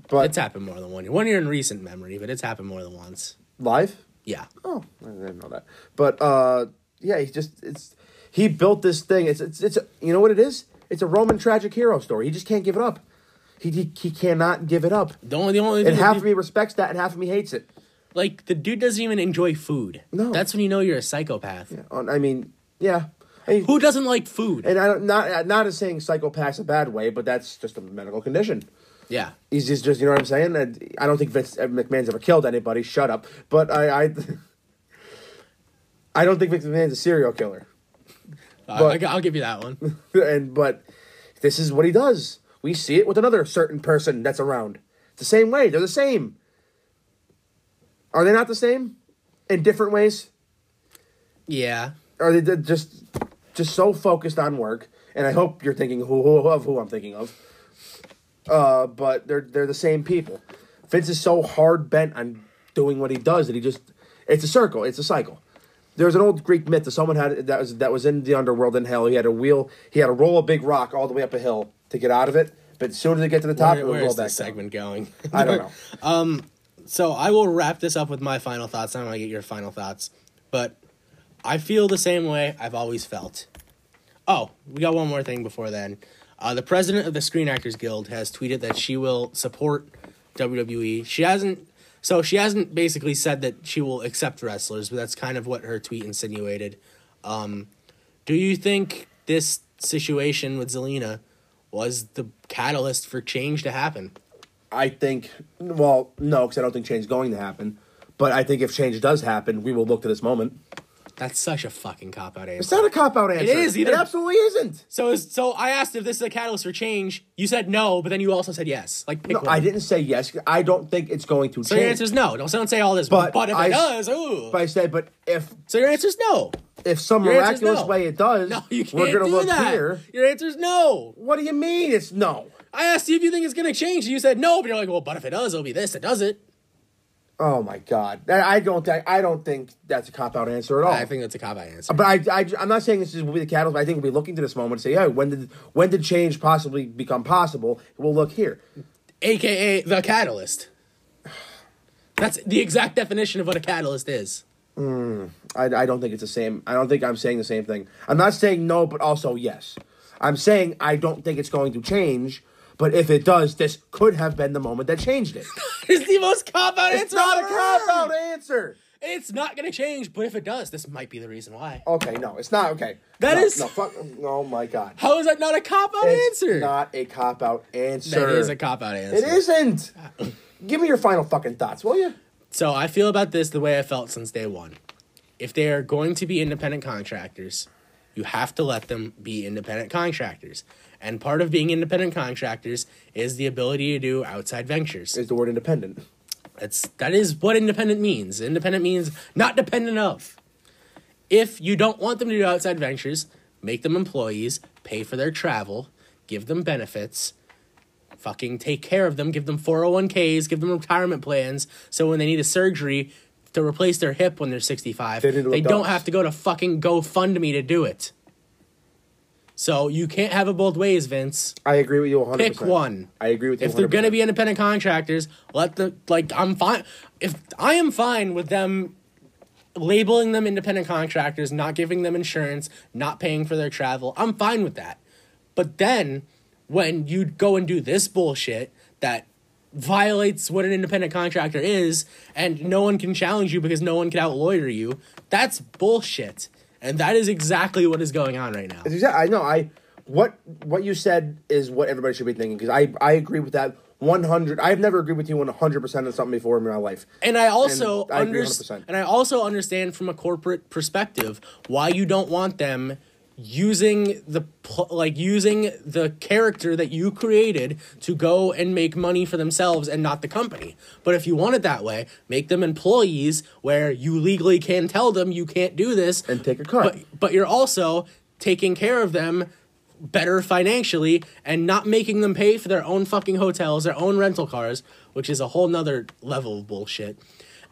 but It's happened more than one year. One year in recent memory, but it's happened more than once. live? Yeah. Oh, I didn't know that. But uh, yeah, he just it's he built this thing. It's it's it's you know what it is? It's a Roman tragic hero story. He just can't give it up. He he, he cannot give it up. The only the only And thing half that of we- me respects that, and half of me hates it. like the dude doesn't even enjoy food. No. That's when you know you're a psychopath. On, I mean, yeah. I- Who doesn't like food? and I don't not not as saying psychopaths a bad way, but that's just a medical condition. yeah. He's just, just you know what I'm saying. I, I don't think Vince uh, McMahon's ever killed anybody. Shut up. But I I, I don't think Vince McMahon's a serial killer. Uh, I- I'll give you that one. and but this is what he does. We see it with another certain person that's around. It's the same way. They're the same. Are they not the same? In different ways? Yeah. Are they they're just? just so focused on work, and I hope you're thinking who, who of who I'm thinking of. Uh, but they're they're the same people. Vince is so hard bent on doing what he does that he just it's a circle, it's a cycle. There's an old Greek myth that someone had that was that was in the underworld in hell. He had a wheel, he had to roll a big rock all the way up a hill to get out of it. But as soon as they get to the top, Where, it would where roll is back. this down. segment going? I don't know. so I will wrap this up with my final thoughts. I want to get your final thoughts, but I feel the same way I've always felt. Oh, we got one more thing before then. Uh, the president of the Screen Actors Guild has tweeted that she will support WWE. She hasn't, so she hasn't basically said that she will accept wrestlers, but that's kind of what her tweet insinuated. Um, do you think this situation with Zelina was the catalyst for change to happen? I think, well, no, because I don't think change is going to happen. But I think if change does happen, we will look to this moment. That's such a fucking cop out answer. It's not a cop out answer. is, either. It absolutely isn't. So, is, so I asked if this is a catalyst for change. You said no, but then you also said yes. Like, pick No, one. I didn't say yes. I don't think it's going to So your change. answer is no. Don't don't say all this. But, But if I it s- does, ooh. but I said, but if so your answer is no. if some Your answer's miraculous no. way it does, No, you can't we're gonna do look that. here. Your answer is no. What do you mean? It's no. I asked you if you think it's gonna change, and you said no. But you're like, well, but if it does, it'll be this. It doesn't. Oh my god. That- I don't. think I don't think that's a cop out answer at all. I think that's a cop out answer. But I, I, I'm not saying this is, will be the catalyst. But I think we'll be looking to this moment and say, "Hey, when did when did change possibly become possible?" We'll look here. AKA the catalyst. That's the exact definition of what a catalyst is. I, I don't think it's the same. I don't think I'm saying the same thing. I'm not saying no, but also yes. I'm saying I don't think it's going to change. But if it does, this could have been the moment that changed it. It's the most cop out answer. it's not a I've ever cop out heard. answer. It's not gonna change, but if it does, this might be the reason why. Okay, no, it's not. Okay, That That is- is no, fuck. Oh my god, How is that not a cop out it's answer? not a cop out answer. that is a cop out It answer. isn't. Give me your final fucking thoughts, will you? So I feel about this the way I felt since day one. If they are going to be independent contractors, you have to let them be independent contractors. And part of being independent contractors is the ability to do outside ventures. Is the word independent? That's that is what independent means. Independent means not dependent of. If you don't want them to do outside ventures, make them employees, pay for their travel, give them benefits, fucking take care of them, give them 401ks, give them retirement plans so when they need a surgery to replace their hip when they're 65, Fit into they don't adults. have to go to fucking GoFundMe to do it. So you can't have it both ways, Vince I agree with you 100. pick one. I agree with you. If they're going to 100%. be independent contractors, let the like I'm fine if I am fine with them labeling them independent contractors, not giving them insurance, not paying for their travel. I'm fine with that. But then when you go and do this bullshit that violates what an independent contractor is and no one can challenge you because no one can outlawyer you, that's bullshit. And that is exactly what is going on right now. It's exact- I know. I what what you said is what everybody should be thinking because I I agree with that 100. I've never agreed with you 100 percent on something before in my life. And I also And I agree 100%. understand and I also understand from a corporate perspective why you don't want them using the pl- like using the character that you created to go and make money for themselves and not the company. But if you want it that way, make them employees where you legally can tell them you can't do this And take a cut. But but you're also taking care of them better financially and not making them pay for their own fucking hotels, their own rental cars, which is a whole nother level of bullshit.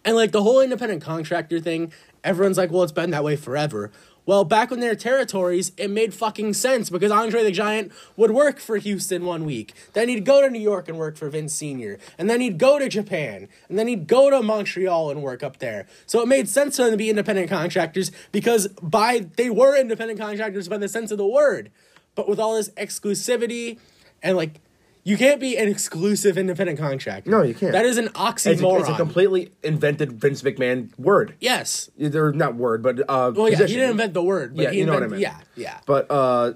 And like the whole independent contractor thing, everyone's like, well, it's been that way forever. Well, back when they were territories, it made fucking sense because Andre the Giant would work for Houston one week. Then he'd go to New York and work for Vince Sr. And then he'd go to Japan. And then he'd go to Montreal and work up there. So it made sense for them to be independent contractors because by they were independent contractors by the sense of the word but with all this exclusivity and like you can't be an exclusive independent contractor. No, you can't. That is an It's a, oxymoron. it's a completely invented Vince McMahon word. yes. They're not word, but uh, Well, yeah, he position. didn't invent the word, but Yeah, he you know what I invented, mean. yeah, yeah. But uh,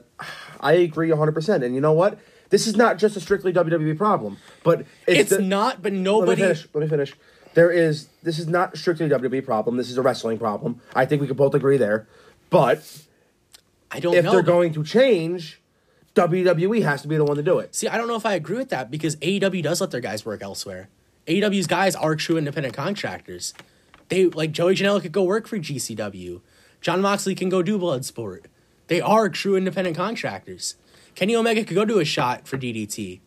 I agree 100%. And you know what? This is not just a strictly WWE problem, but it's, it's the- not but Let me nobody finish. Let me finish. There is this is not strictly a WWE problem. This is a wrestling problem. I think we could both agree there. But I don't if know. they're but- going to change, WWE has to be the one to do it. See, I don't know if I agree with that because AEW does let their guys work elsewhere. AEW's guys are true independent contractors. They like Joey Janela could go work for GCW. John Moxley can go do Bloodsport. They are true independent contractors. Kenny Omega could go do a shot for DDT.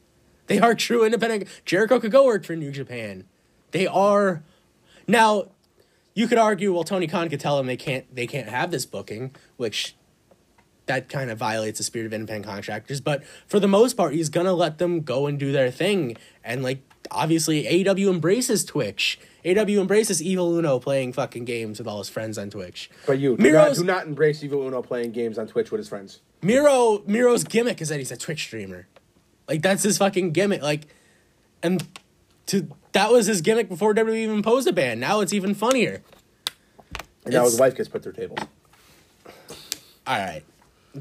They are true independent. Jericho could go work for New Japan. They are now. You could argue, well, Tony Khan could tell them they can't. They can't have this booking, which that kind of violates the spirit of independent contractors. But for the most part, he's gonna let them go and do their thing. And like obviously, AEW embraces Twitch. AEW embraces Evil Uno playing fucking games with all his friends on Twitch. But you do not, Miro's, do not embrace Evil Uno playing games on Twitch with his friends. Miro Miro's gimmick is that he's a Twitch streamer. Like that's his fucking gimmick. Like, and to that was his gimmick before WWE even imposed a ban. Now it's even funnier. And now his It's- wife gets put through tables. All right.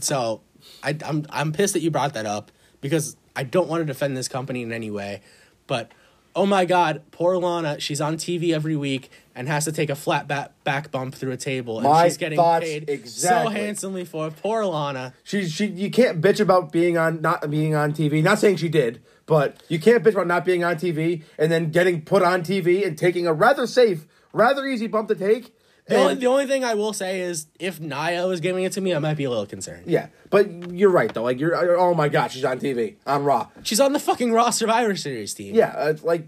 So I, I'm I'm pissed that you brought that up because I don't want to defend this company in any way, but oh my god, poor Lana, she's on TV every week and has to take a flat back, back bump through a table and My she's getting thoughts paid so exactly. handsomely for it. poor Lana. She she you can't bitch about being on not being on TV. Not saying she did, but you can't bitch about not being on TV and then getting put on TV and taking a rather safe, rather easy bump to take. The only, And- the only thing I will say is if Naya was giving it to me, I might be a little concerned. yeah, but you're right though. Like you're, you're- oh my god, she's on TV on Raw. She's on the fucking Raw Survivor Series team. Yeah, uh, like.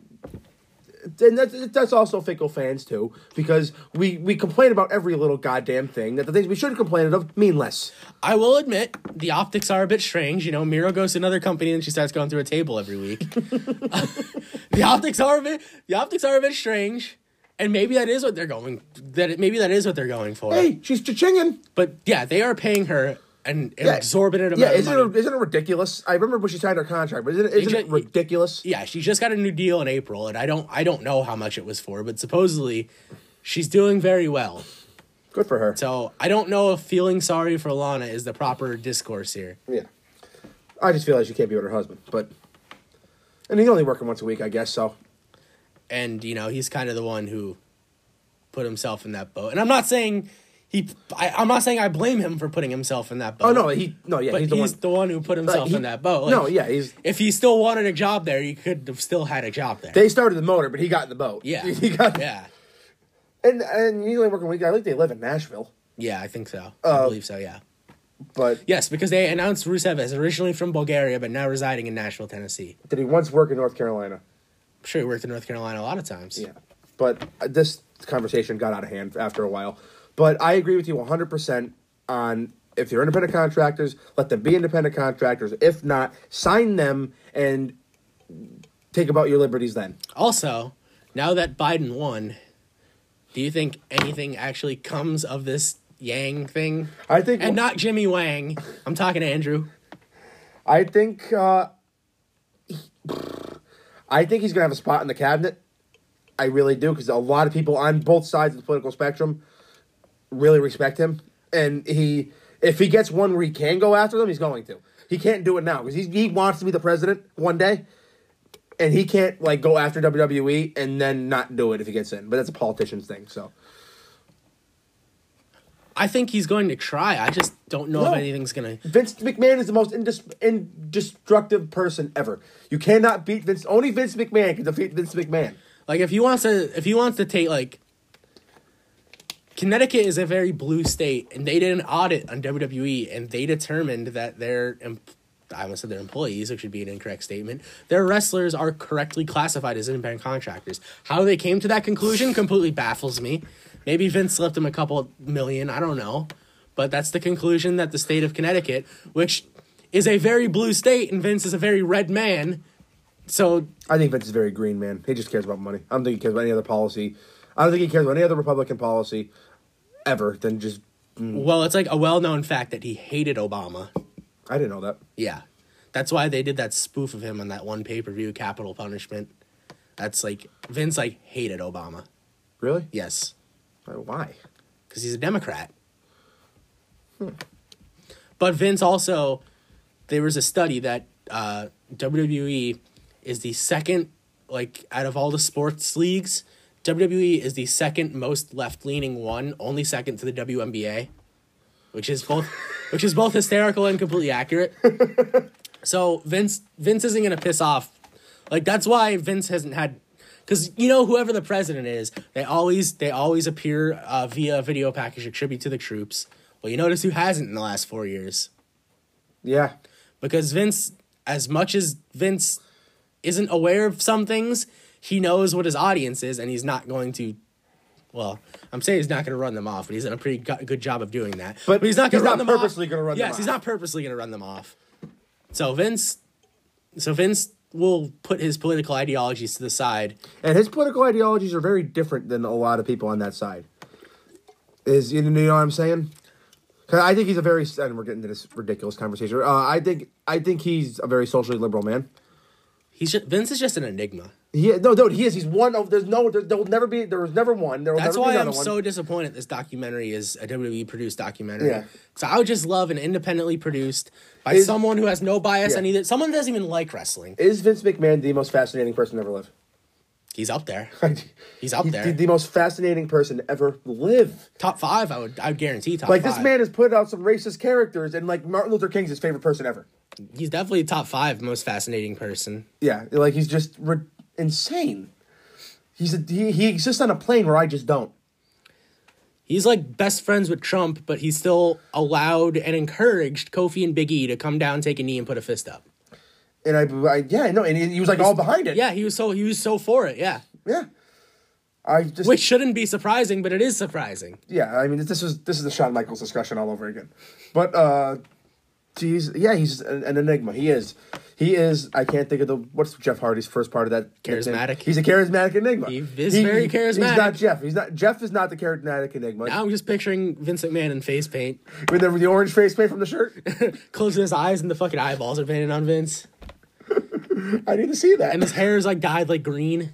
And that's, that's also fickle fans too, because we, we complain about every little goddamn thing that the things we should complain of mean less. I will admit the optics are a bit strange. You know, Miro goes to another company and she starts going through a table every week. the optics are a bit the optics are a bit strange. And maybe that is what they're going that it- maybe that is what they're going for. Hey, she's cha-chinging. But yeah, they are paying her an exorbitant amount Yeah, of isn't money. it, isn't it ridiculous? I remember when she signed her contract, but isn't it, isn't it ju- ridiculous? yeah, she just got a new deal in April and I don't I don't know how much it was for, but supposedly she's doing very well. Good for her. So I don't know if feeling sorry for Lana is the proper discourse here. Yeah. I just feel like she can't be with her husband, but and he's only working once a week, I guess. So and you know he's kind of the one who put himself in that boat. And I'm not saying he, I, I'm not saying I blame him for putting himself in that boat. oh no, he no yeah but he's the one. who put himself he- in that boat. Like, no, yeah he's. if he still wanted a job there, he could have still had a job there. They started the motor, but he got in the boat. yeah, he got yeah, and and he's only working a week. I think they live in Nashville, yeah. I think so. Uh, I believe so. Yeah. but Yes, because they announced Rusev as originally from Bulgaria, but now residing in Nashville, Tennessee. did he once work in North Carolina? I'm sure he worked in North Carolina a lot of times. Yeah, but uh, this conversation got out of hand after a while. But I agree with you 100% on if you're independent contractors, let them be independent contractors. If not, sign them and take about your liberties then. Also, now that Biden won, do you think anything actually comes of this Yang thing? I think and not Jimmy Wang. I'm talking to Andrew. I think uh, I think he's gonna have a spot in the cabinet. I really do because a lot of people on both sides of the political spectrum really respect him, and he if he gets one where he can go after them, he's going to. He can't do it now because he wants to be the president one day, and he can't like go after WWE and then not do it if he gets in. But that's a politician's thing. So I think he's going to try. I just don't know No. if anything's gonna. Vince McMahon is the most indis- indestructive person ever. You cannot beat Vince. Only Vince McMahon can defeat Vince McMahon. Like, if he wants to, if he wants to take like, Connecticut is a very blue state, and they did an audit on WWE, and they determined that their, em- I almost said their employees, which should be an incorrect statement. Their wrestlers are correctly classified as independent contractors. How they came to that conclusion completely baffles me. Maybe Vince slipped him a couple million. I don't know, but that's the conclusion that the state of Connecticut, which is a very blue state, and Vince is a very red man. So I think Vince is very green, man. He just cares about money. I don't think he cares about any other policy. I don't think he cares about any other Republican policy ever than just. Well, it's like a well known fact that he hated Obama. I didn't know that. Yeah. That's why they did that spoof of him on that one pay per view, Capital Punishment. That's like, Vince, like, hated Obama. Really? Yes. Uh, Why? Because he's a Democrat. Hmm. But Vince also, there was a study that uh, WWE is the second, like, out of all the sports leagues, WWE is the second most left leaning one, only second to the WNBA, which is both, which is both hysterical and completely accurate. so Vince, Vince isn't gonna piss off, like that's why Vince hasn't had, because you know whoever the president is, they always they always appear uh, via a video package to tribute to the troops, Well, you notice who hasn't in the last four years? Yeah. Because Vince, as much as Vince isn't aware of some things, he knows what his audience is, and he's not going to. Well, I'm saying he's not going to run them off, but he's done a pretty go- good job of doing that. But he's not he's going to run not them off. purposely gonna run them Yes, he's off. not purposely going to run them off. So Vince, so Vince will put his political ideologies to the side. And his political ideologies are very different than a lot of people on that side. Is you know what I'm saying? 'Cause I think he's a very and we're getting into this ridiculous conversation. Uh, I think I think he's a very socially liberal man. He's just, Vince is just an enigma. He no no he is he's one of there's no there, there will never be there was never one there will That's never be why another I'm one. so disappointed this documentary is a WWE produced documentary. Yeah. So I would just love an independently produced by Is- someone who has no bias Yeah. on either. Someone that doesn't even like wrestling. is Vince McMahon the most fascinating person to ever live? He's up there. he's He's up there. the, the most fascinating person to ever live. top five, I would I would guarantee top Like five. this man has put out some racist characters, and like Martin Luther King's his favorite person ever. He's definitely top five most fascinating person. Yeah, like he's just re- insane. He's a, he, he exists on a plane where I just don't. He's like best friends with Trump, but he's still allowed and encouraged Kofi and Big E to come down, take a knee, and put a fist up. And I, I yeah, no, and he, he was like all behind it. Yeah, he was so he was so for it, yeah. yeah. I just Which shouldn't be surprising, but it is surprising. yeah. I mean, this is this is the Shawn Michaels discussion all over again. But uh, geez, yeah, he's an, an enigma. He is. He is. I can't think of the what's Jeff Hardy's first part of that. nickname? Charismatic. He's a charismatic enigma. He is very He's charismatic. not Jeff. He's not Jeff. Is not the charismatic enigma. Now I'm just picturing Vince McMahon in face paint, With the, with the orange face paint from the shirt. closing his eyes, and the fucking eyeballs are painted on Vince, I need to see that. and his hair is like dyed like green.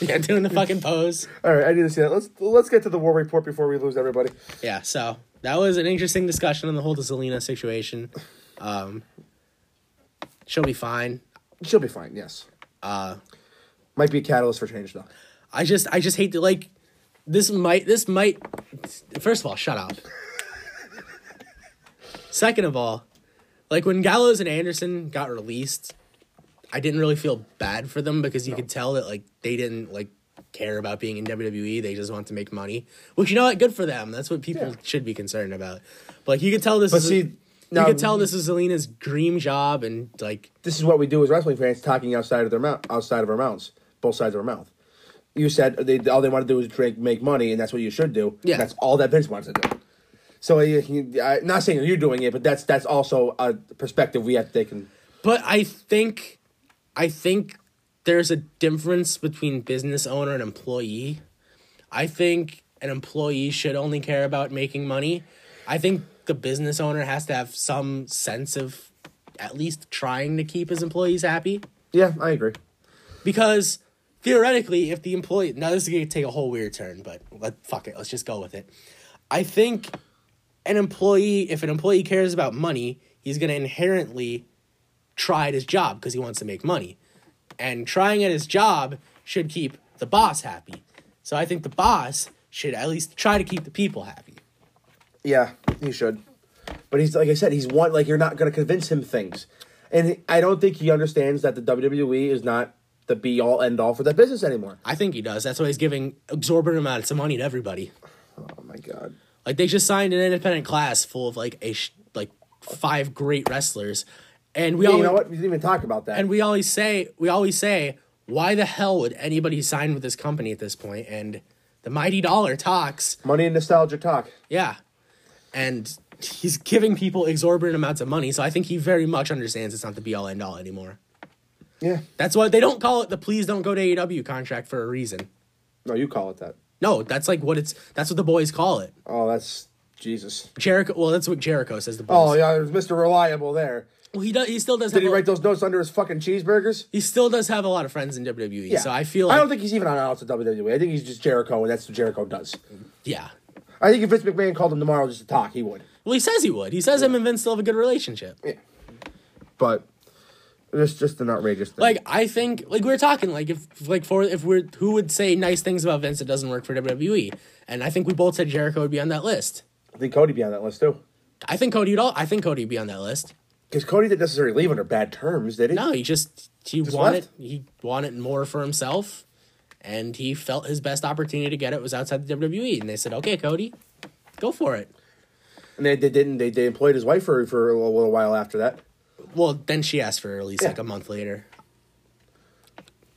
yeah, doing the fucking pose. All right, I need to see that. Let's let's get to the war report before we lose everybody. Yeah, so that was an interesting discussion on the whole Zelina situation. Um, she'll be fine. She'll be fine. Yes. Uh, might be a catalyst for change though. I just I just hate to like this might this might first of all, shut up. Second of all, like when Gallows and Anderson got released, I didn't really feel bad for them because you could tell that like they didn't like care about being in WWE. They just want to make money. Which you know what, good for them. That's what people Yeah. should be concerned about. But like, you could tell this is see, now- you could tell this is Zelina's dream job and like This is what we do as wrestling fans, talking outside of their mouth, outside of our mouths, both sides of our mouth. You said they all they want to do is drink, make money, and that's what you should do. Yeah. That's all that Vince wants to do. So he, he, I, not saying you're doing it, but that's that's also a perspective we have to take. in But I think, I think there's a difference between business owner and employee. I think an employee should only care about making money. I think the business owner has to have some sense of at least trying to keep his employees happy yeah, I agree. because theoretically, if the employee now this is gonna take a whole weird turn, but let fuck it, let's just go with it. I think an employee, if an employee cares about money, he's gonna inherently try at his job because he wants to make money, and trying at his job should keep the boss happy. So I think the boss should at least try to keep the people happy. Yeah, he should. But he's like I said, he's one like you're not gonna convince him things. And I don't think he understands that the WWE is not the be all end all for that business anymore. I think he does. That's why he's giving exorbitant amounts of money to everybody. Oh my god. Like they just signed an independent class full of like a sh- like five great wrestlers, and we all you know what? We didn't even talk about that. and we always say we always say why the hell would anybody sign with this company at this point? And the mighty dollar talks, Money and nostalgia talk. yeah, and he's giving people exorbitant amounts of money, so I think he very much understands it's not the be all end all anymore. Yeah. That's why they don't call it the please don't go to AEW contract for a reason. No, you call it that. No, that's like what it's that's what the boys call it. Oh, that's Jesus. Jericho, well, that's what Jericho says. The boys. Oh yeah, there's Mr. Reliable there. Well, he does. He still does. Did have he a- write those notes under his fucking cheeseburgers? he still does have a lot of friends in WWE. So I feel like, I don't think he's even on out to WWE. E. I think he's just Jericho, and that's what Jericho does. yeah. I think if Vince McMahon called him tomorrow just to talk, he would. Well, he says he would. He says him and Vince still have a good relationship. But it's just an outrageous thing. Like I think, like we were talking, like if like for if we're who would say nice things about Vince that doesn't work for WWE, and I think we both said Jericho would be on that list. I think Cody'd be on that list too. I think Cody would all. I think Cody would be on that list. Because Cody didn't necessarily leave under bad terms, did he? No, he just he wanted left? he wanted more for himself, E, and he felt his best opportunity to get it was outside the WWE, and they said, "Okay, Cody, Go for it. And they, they didn't. They, they employed his wife for, for a little, little while after that. Well, then she asked for a release like a month later.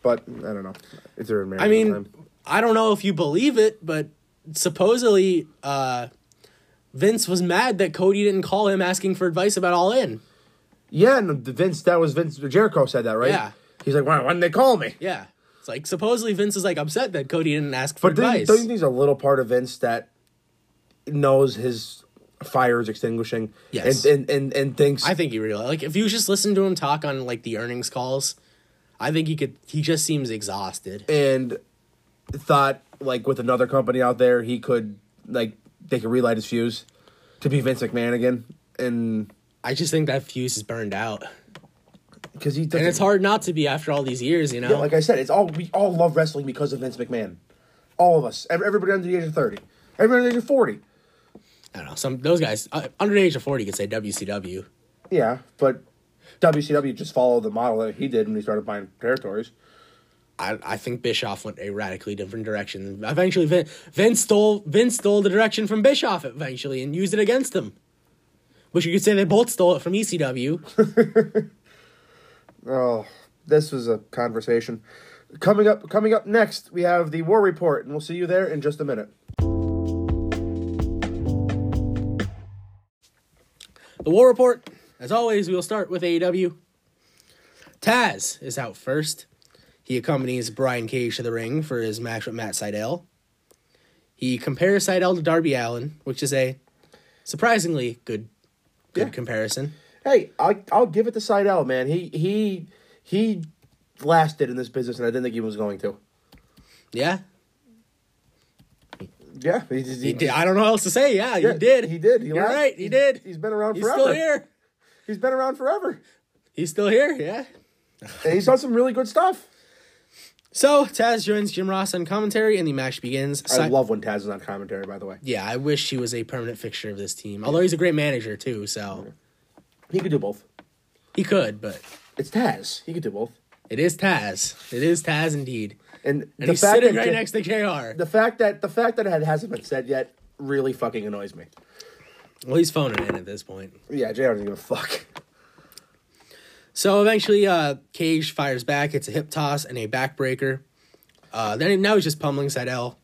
But I don't know. If they were married, I at the mean, time. I don't know if you believe it, but supposedly uh, Vince was mad that Cody didn't call him asking for advice about All In. yeah, and the Vince. That was Vince Jericho said that, right? Yeah. He's like, why, why didn't they call me? Yeah. It's like supposedly Vince is like upset that Cody didn't ask for But don't, advice. don't you think there's a little part of Vince that knows his fire is extinguishing? Yes. And and and, and thinks I think he realized like if you just listen to him talk on like the earnings calls, I think he could he just seems exhausted. and thought like with another company out there he could like they could relight his fuse to be Vince McMahon again and I just think that fuse is burned out. because he And it's hard not to be after all these years, you know? Yeah, like I said, it's all we all love wrestling because of Vince McMahon. All of us, Ev- everybody under the age of thirty, everybody under the age of forty. I don't know. Some those guys uh, under the age of 40 could say WCW. Yeah, but WCW just followed the model that he did when he started buying territories. I, I think Bischoff went a radically different direction. Eventually, Vin, Vince stole Vince stole the direction from Bischoff eventually and used it against him. Which you could say they both stole it from E ECW. Oh, this was a conversation. Coming up, coming up next, we have the War Report, and we'll see you there in just a minute. the War Report, as always, we will start with AEW. Taz is out first. He accompanies Brian Cage to the ring for his match with Matt Seidel. He compares Seidel to Darby Allen, which is a surprisingly good good comparison. Hey, I'll, I'll give it to Seidel, man. He he he lasted in this business, and I didn't think he was going to. Yeah, Yeah, he, he, He did. I don't know what else to say. Yeah, he did. He did. He You're lasted. right. He He's- did. He's been around He's forever. still here. He's been around forever. He's still here. Yeah. And he's done some really good stuff. So Taz joins Jim Ross on commentary, and the match begins. I Si- love when Taz is on commentary, by the way. yeah, I wish he was a permanent fixture of this team. Although he's a great manager too, so He could do both. he could. But It's Taz. He could do both. it is Taz. It is Taz indeed. And, And he's sitting right Jim- next to Jr. the fact that the fact that it hasn't been said yet really fucking annoys me. well, he's phoning in at this point. Yeah, JR doesn't give a fuck. So eventually, uh, Cage fires back. It's a hip toss and a backbreaker. Uh, then now he's just pummeling Seidel.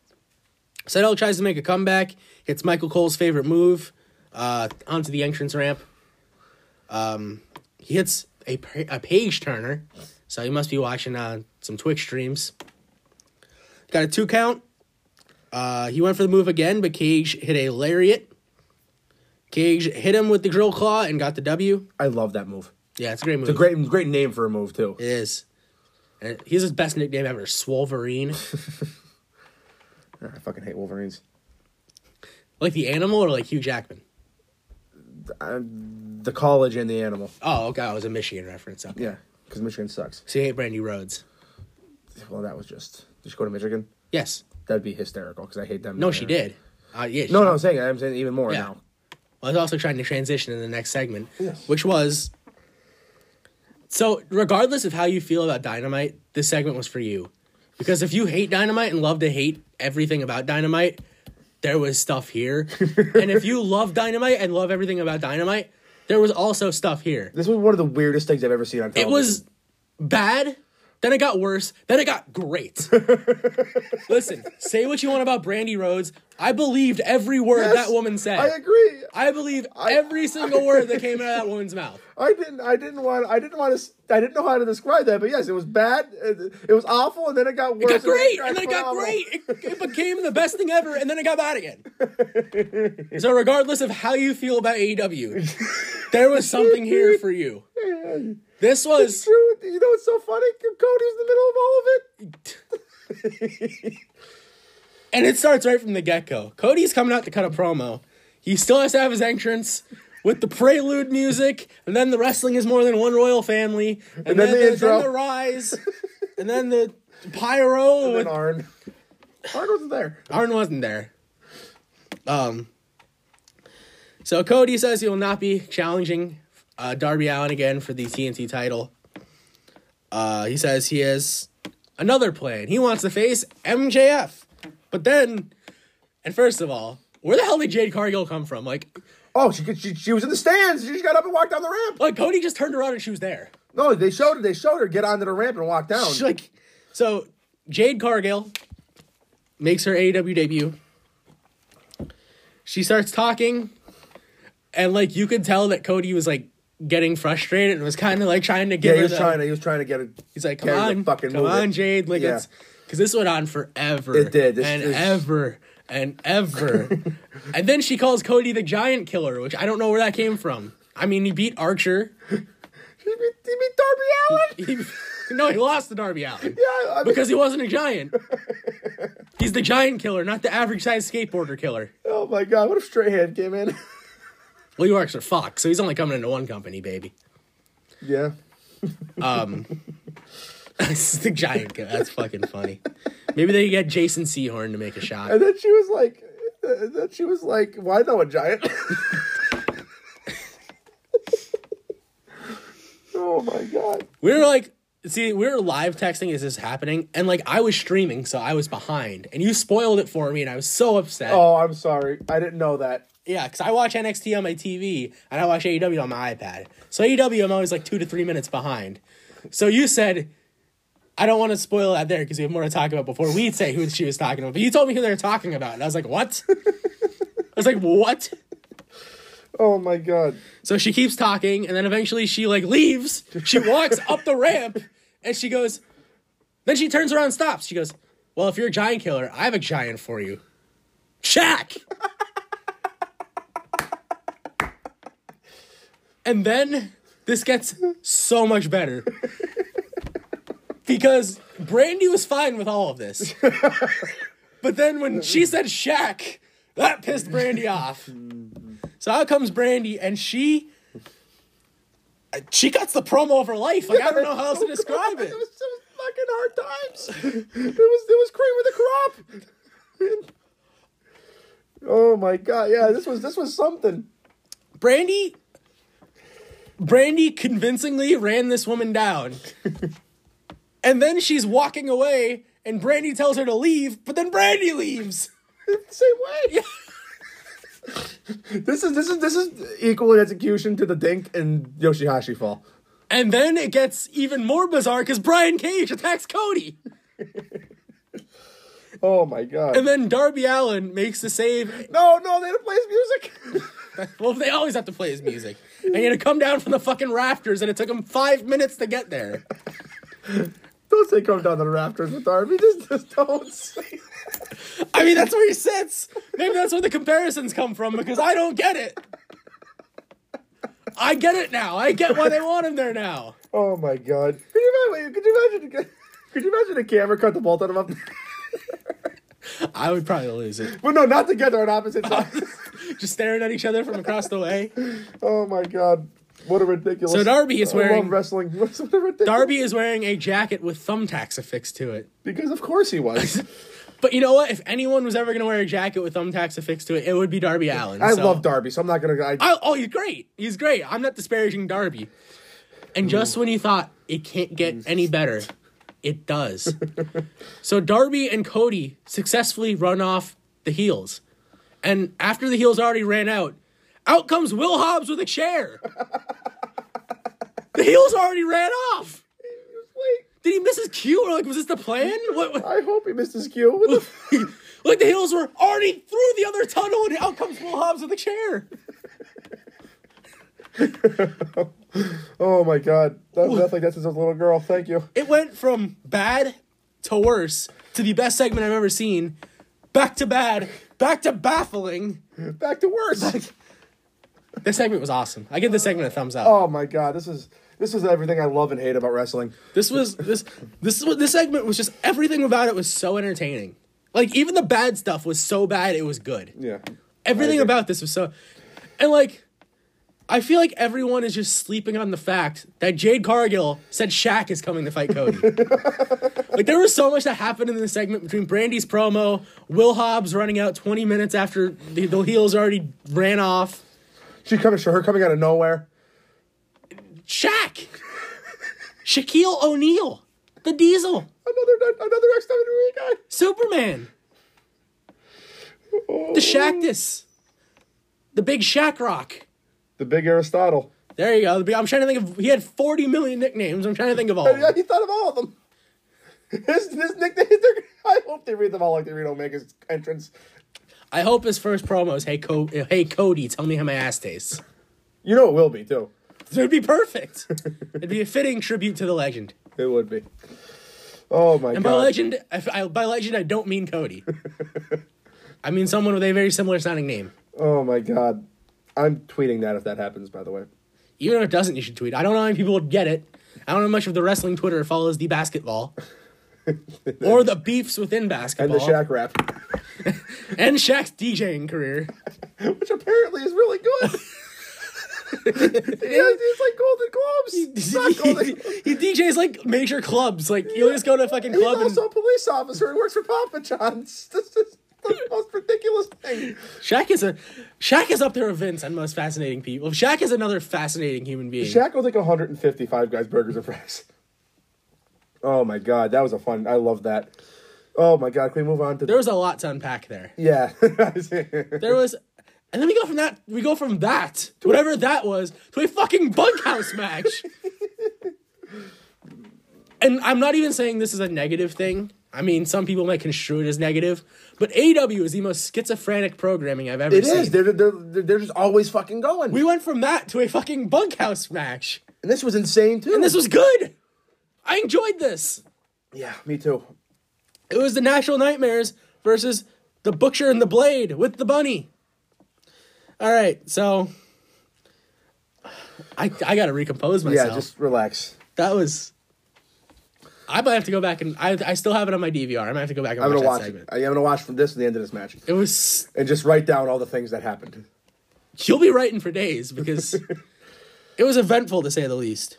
Seidel tries to make a comeback. Hits Michael Cole's favorite move uh, onto the entrance ramp. Um, he hits a pa- a page turner, so he must be watching uh, some Twitch streams. Got a two count. Uh, he went for the move again, but Cage hit a lariat. Cage hit him with the drill claw and got the W. I love that move. Yeah, it's a great move. It's a great great name for a move too. It is. And he's his best nickname ever, Swolverine. I fucking hate Wolverines. like the animal or like Hugh Jackman? The college and the animal. Oh, okay. It was a Michigan reference. Okay. Yeah, because Michigan sucks. So you hate Brandy Rhodes? Well, that was just just go to Michigan. Yes. That'd be hysterical because I hate them. No, she did. Uh, yeah, she- No, no, I'm saying I'm saying even more Yeah. now. I was also trying to transition in the next segment, Yes. which was. So, regardless of how you feel about Dynamite, this segment was for you. Because if you hate Dynamite and love to hate everything about Dynamite, there was stuff here. and if you love Dynamite and love everything about Dynamite, there was also stuff here. This was one of the weirdest things I've ever seen on it television. was bad then it got worse then it got great listen say what you want about brandy rhodes i believed every word Yes, that woman said I agree. I believe every single word that came out of that woman's mouth I didn't. I didn't want. I didn't want to. I didn't know how to describe that. But yes, it was bad. It, it was awful, and then it got worse. it got great got and then it got phenomenal. great it, it became the best thing ever and then it got bad again so regardless of how you feel about aew there was something here for you this was True. You know what's so funny? Cody's in the middle of all of it. And it starts right from the get go. Cody's coming out to cut a promo. He still has to have his entrance with the prelude music, and then the wrestling is more than one royal family, and, then then, the the, intro. then the rise, and then the pyro. And with- Arn. Arn wasn't there. Arn wasn't there. Um. So Cody says he will not be challenging uh, Darby Allen again for the TNT title. Uh, he says he has another plan. He wants to face MJF, but then, and first of all, where the hell did Jade Cargill come from? Like, Oh, she, she she was in the stands. She just got up and walked down the ramp. like Cody just turned around and she was there. No, they showed her. They showed her get onto the ramp and walk down. She's like, so Jade Cargill makes her AEW debut. She starts talking, and like you could tell that Cody was like getting frustrated and was kind of like trying to yeah, give he her was the. trying to. He was trying to get it. he's like, come carry the on, fucking come move on, it." Jade, like Yeah. it's because this went on forever. It did. This- and this- ever and ever, and then she calls Cody the Giant Killer, which I don't know where that came from. I mean, he beat Archer. He beat, he beat Darby Allen. He, no, he lost to Darby Allen. Yeah, I mean, Because he wasn't a giant. He's the giant killer, not the average sized skateboarder killer. oh my god, what if Strahan came in? Well, you works for Fox, so he's only coming into one company, baby. yeah, It's the giant killer. That's fucking funny. Maybe they get Jason Seahorn to make a shot. and then she was like, and then she was like, why no a giant? oh my god. We were like, see, we were live texting as this happening, and like I was streaming, so I was behind, and you spoiled it for me, and I was so upset. Oh, I'm sorry. I didn't know that. Yeah, because I watch NXT on my TV and I watch AEW on my iPad. So AEW, I'm always like two to three minutes behind. So you said, I don't want to spoil that there because we have more to talk about before we say who she was talking about. But you told me who they were talking about. And I was like, what? I was like, what? Oh my god. So she keeps talking and then eventually she like leaves. She walks up the ramp and she goes, then she turns around and stops. She goes, well, if you're a giant killer, I have a giant for you. Shaq! And then this gets so much better. Because Brandy was fine with all of this. but then when she said Shaq, that pissed Brandy off. So out comes Brandy and she she cuts the promo of her life. Like I don't know how else to describe it. It was, it was fucking hard times. It was it was cream with a crop. oh my god! Yeah, this was this was something. Brandy Brandy convincingly ran this woman down. and then she's walking away and Brandy tells her to leave, but then Brandy leaves. Same way. this is this is this is equal in execution to the Dink and Yoshihashi fall. And then it gets even more bizarre cuz Brian Cage attacks Cody. Oh my god! And then Darby Allen makes the save. no, no, they had to play his music. Well, they always have to play his music. And he had to come down from the fucking rafters and it took him 5 minutes to get there. don't say come down to the rafters with Darby. Just just don't say. I mean, that's where he sits. Maybe that's where the comparisons come from because I don't get it. I get it now. I get why they want him there now. Oh my god! Could you imagine? Could you imagine? Could you imagine a camera cut the bolt out of him? I would probably lose it. But no, not together on opposite sides. Just staring at each other from across the way. Oh my god. What a ridiculous. So Darby is I wearing- love wrestling. What a ridiculous. Darby is wearing a jacket with thumbtacks affixed to it. Because of course he was. But you know what? If anyone was ever going to wear a jacket with thumbtacks affixed to it, it would be Darby Allen. I so- love Darby, so I'm not gonna. I, I, oh, he's great. He's great. I'm not disparaging Darby. And just when you thought it can't get any better, it does. so Darby and Cody successfully run off the heels. And after the heels already ran out, out comes Will Hobbs with a chair. the heels already ran off. Wait, Did he miss his cue? Or like, was this the plan? What, what- I hope he missed his cue. What the f- like the heels were already through the other tunnel, and out comes Will Hobbs with a chair. oh my god, that, that's like that since I was a little girl. Thank you. it went from bad to worse to the best segment I've ever seen, back to bad, back to baffling. Back to worse. This segment was awesome. I give this segment a thumbs up. Oh my god, this is this is everything I love and hate about wrestling. This was this this was- this segment was just everything about it was so entertaining. Like even the bad stuff was so bad it was good. Yeah. Everything agree. about this was so, and like, I feel like everyone is just sleeping on the fact that Jade Cargill said Shaq is coming to fight Cody. like there was so much that happened in this segment between Brandy's promo, Will Hobbs running out 20 minutes after the, the heels already ran off. She coming, her coming out of nowhere. Shaq, Shaquille O'Neal, the Diesel, Another another WWE guy. Superman. The Shactus. The big Shack Rock. The big Aristotle. There you go. The big- I'm trying to think of. He had 40 million nicknames. I'm trying to think of all. of Yeah, them. he thought of all of them. His, his nickname. they're- I hope they read them all like they read Omega's entrance. I hope his first promo is Hey, Co- hey Cody, tell me how my ass tastes. You know it will be too. So it'd be perfect. It'd be a fitting tribute to the legend. It would be. Oh my And by god. legend, if I, by legend, I don't mean Cody. I mean someone with a very similar sounding name. Oh my god. I'm tweeting that if that happens. By the way. Even if it doesn't, you should tweet. I don't know how many people would get it. I don't know much of the wrestling Twitter follows the basketball or the beefs within And basketball the Shack rap, and Shaq's DJing career. which apparently is really good. yeah, it's like Golden Globes. Not Golden. he DJs like major clubs. Like you just go to a fucking He's club and also a police officer. He works for Papa John's. This is the most ridiculous thing. Shaq is a Shaq is up there with Vince and most fascinating people. Shaq is another fascinating human being. Shaq will take 155 guys burgers and fries. Oh my god, that was a fun. I love that. Oh my god, can we move on to there was a lot to unpack there. yeah? There was, and then we go from that. We go from that, whatever that was, to a fucking bunkhouse match. and I'm not even saying this is a negative thing. I mean, some people might construe it as negative, but AW is the most schizophrenic programming I've ever it seen. is. They're, they're they're just always fucking going. we went from that to a fucking bunkhouse match, and this was insane too. and this was good. I enjoyed this. yeah, me too. It was the National Nightmares versus the Butcher and the Blade with the bunny. All right, so I I gotta recompose Yeah, myself. just relax. that was. I might have to go back and I I still have it on my DVR. I might have to go back and I'm watch gonna that watch. It. segment. I'm gonna watch from this to the end of this match It was. and just write down all the things that happened. She'll be writing for days because it was eventful to say the least.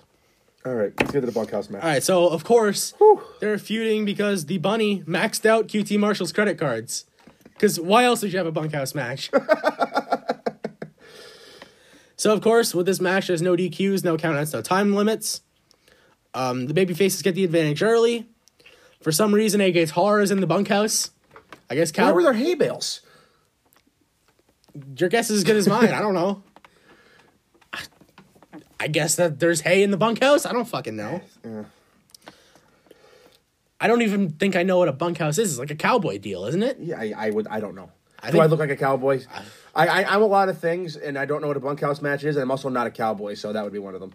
All right, let's get to the bunkhouse match. All right, so of course Whew. they're feuding because the bunny maxed out QT Marshall's credit cards. Because why else would you have a bunkhouse match? so of course, with this match, there's no DQs, no countouts, no time limits. Um, the baby faces get the advantage early. For some reason, a guitar is in the bunkhouse. I guess Where were Cal- their hay bales? your guess is as good as mine. I don't know. I- I guess that there's hay in the bunkhouse. I don't fucking know. I don't even think I know what a bunkhouse is. It's like a cowboy deal, isn't it? Yeah, I, I would. I don't know. Do think- I look like a cowboy? I, I I'm a lot of things, and I don't know what a bunkhouse match is, and I'm also not a cowboy, so that would be one of them.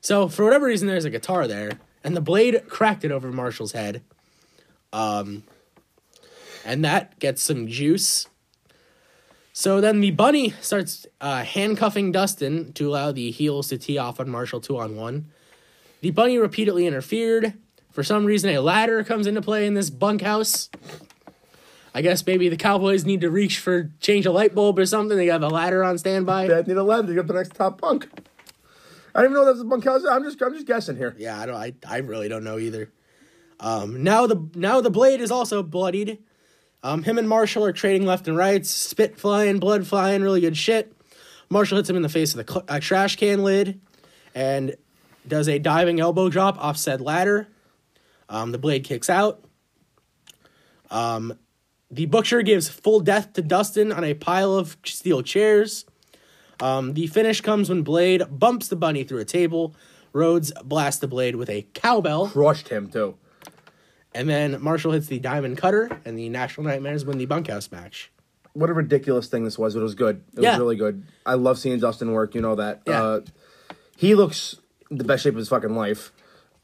So for whatever reason, there's a guitar there, and the blade cracked it over Marshall's head. Um, and that gets some juice. So then the bunny starts uh, handcuffing Dustin to allow the heels to tee off on Marshall two on one. The bunny repeatedly interfered. For some reason, a ladder comes into play in this bunkhouse. I guess maybe the Cowboys need to reach for change a light bulb or something. They have a ladder on standby. Bad need a ladder to get the next top bunk. I don't even know that's a bunkhouse. I'm just I'm just guessing here. Yeah, I don't. I, I really don't know either. Um, now the now the blade is also bloodied. Um, him and Marshall are trading left and right, spit flying, blood flying, really good shit. Marshall hits him in the face with a, cl- a trash can lid, and does a diving elbow drop off said ladder. Um, the blade kicks out. Um, the butcher gives full death to Dustin on a pile of steel chairs. Um, the finish comes when Blade bumps the bunny through a table. Rhodes blasts the blade with a cowbell, Crushed him too. and then Marshall hits the diamond cutter, and the National Nightmares win the bunkhouse match. What a ridiculous thing this was. It was good. It Yeah. was really good. I love seeing Dustin work. You know that. Yeah. Uh, he looks in the best shape of his fucking life.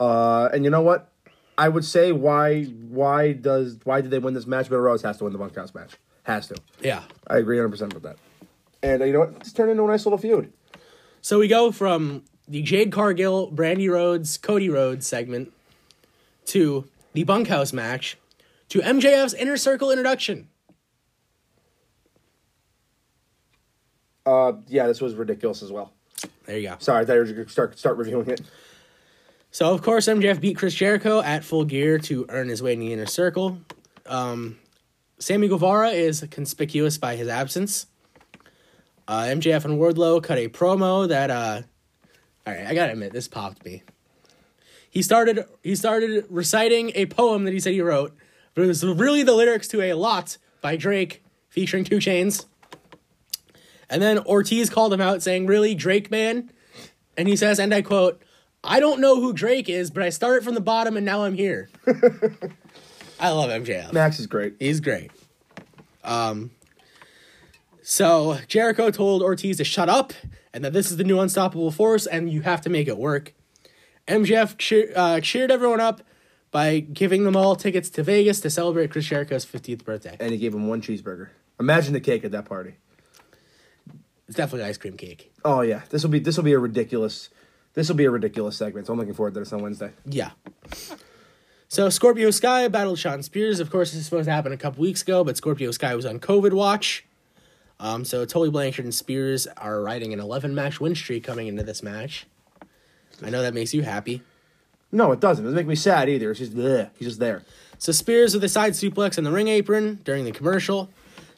Uh, and you know what? I would say why why does why did they win this match? But Rose has to win the bunkhouse match. Has to. Yeah. I agree 100 percent with that. And uh, you know what? This turned into a nice little feud. So we go from the Jade Cargill, Brandy Rhodes, Cody Rhodes segment to the bunkhouse match to MJF's inner circle introduction. Uh, yeah, this was ridiculous as well. There you go. Sorry, I thought you were going to start start reviewing it. So of course MJF beat Chris Jericho at full gear to earn his way in the inner circle. Um, Sammy Guevara is conspicuous by his absence. Uh, MJF and Wardlow cut a promo that uh, all right, I gotta admit this popped me. He started he started reciting a poem that he said he wrote, but it was really the lyrics to a lot by Drake featuring Two Chains. And then Ortiz called him out saying, Really, Drake man? And he says, and I quote, I don't know who Drake is, but I started from the bottom and now I'm here. I love MJF. Max is great. He's great. Um, so Jericho told Ortiz to shut up and that this is the new unstoppable force and you have to make it work. MJF cheer, uh, cheered everyone up by giving them all tickets to Vegas to celebrate Chris Jericho's 50th birthday. And he gave him one cheeseburger. Imagine the cake at that party. It's definitely ice cream cake. Oh yeah, this will be this will be a ridiculous. This will be a ridiculous segment. So I'm looking forward to this on Wednesday. Yeah. So Scorpio Sky battled Sean Spears. Of course, this is supposed to happen a couple weeks ago, but Scorpio Sky was on COVID watch. Um, so Tully Blanchard and Spears are riding an 11 match win streak coming into this match. I know that makes you happy. No, it doesn't. It doesn't make me sad either. It's just bleh. he's just there. So Spears with a side suplex on the ring apron during the commercial.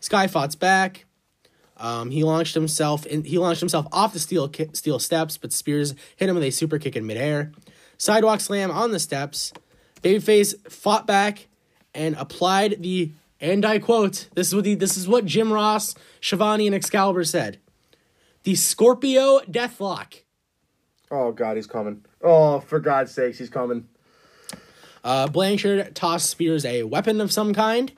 Sky fought back. Um, he launched himself in, he launched himself off the steel ki- steel steps, but Spears hit him with a super kick in midair. Sidewalk slam on the steps. Babyface fought back and applied the and I quote this is what the, this is what Jim Ross, Shivani, and Excalibur said. The Scorpio Deathlock. Oh God, he's coming. Oh, for God's sakes, he's coming. Uh, Blanchard tossed Spears a weapon of some kind,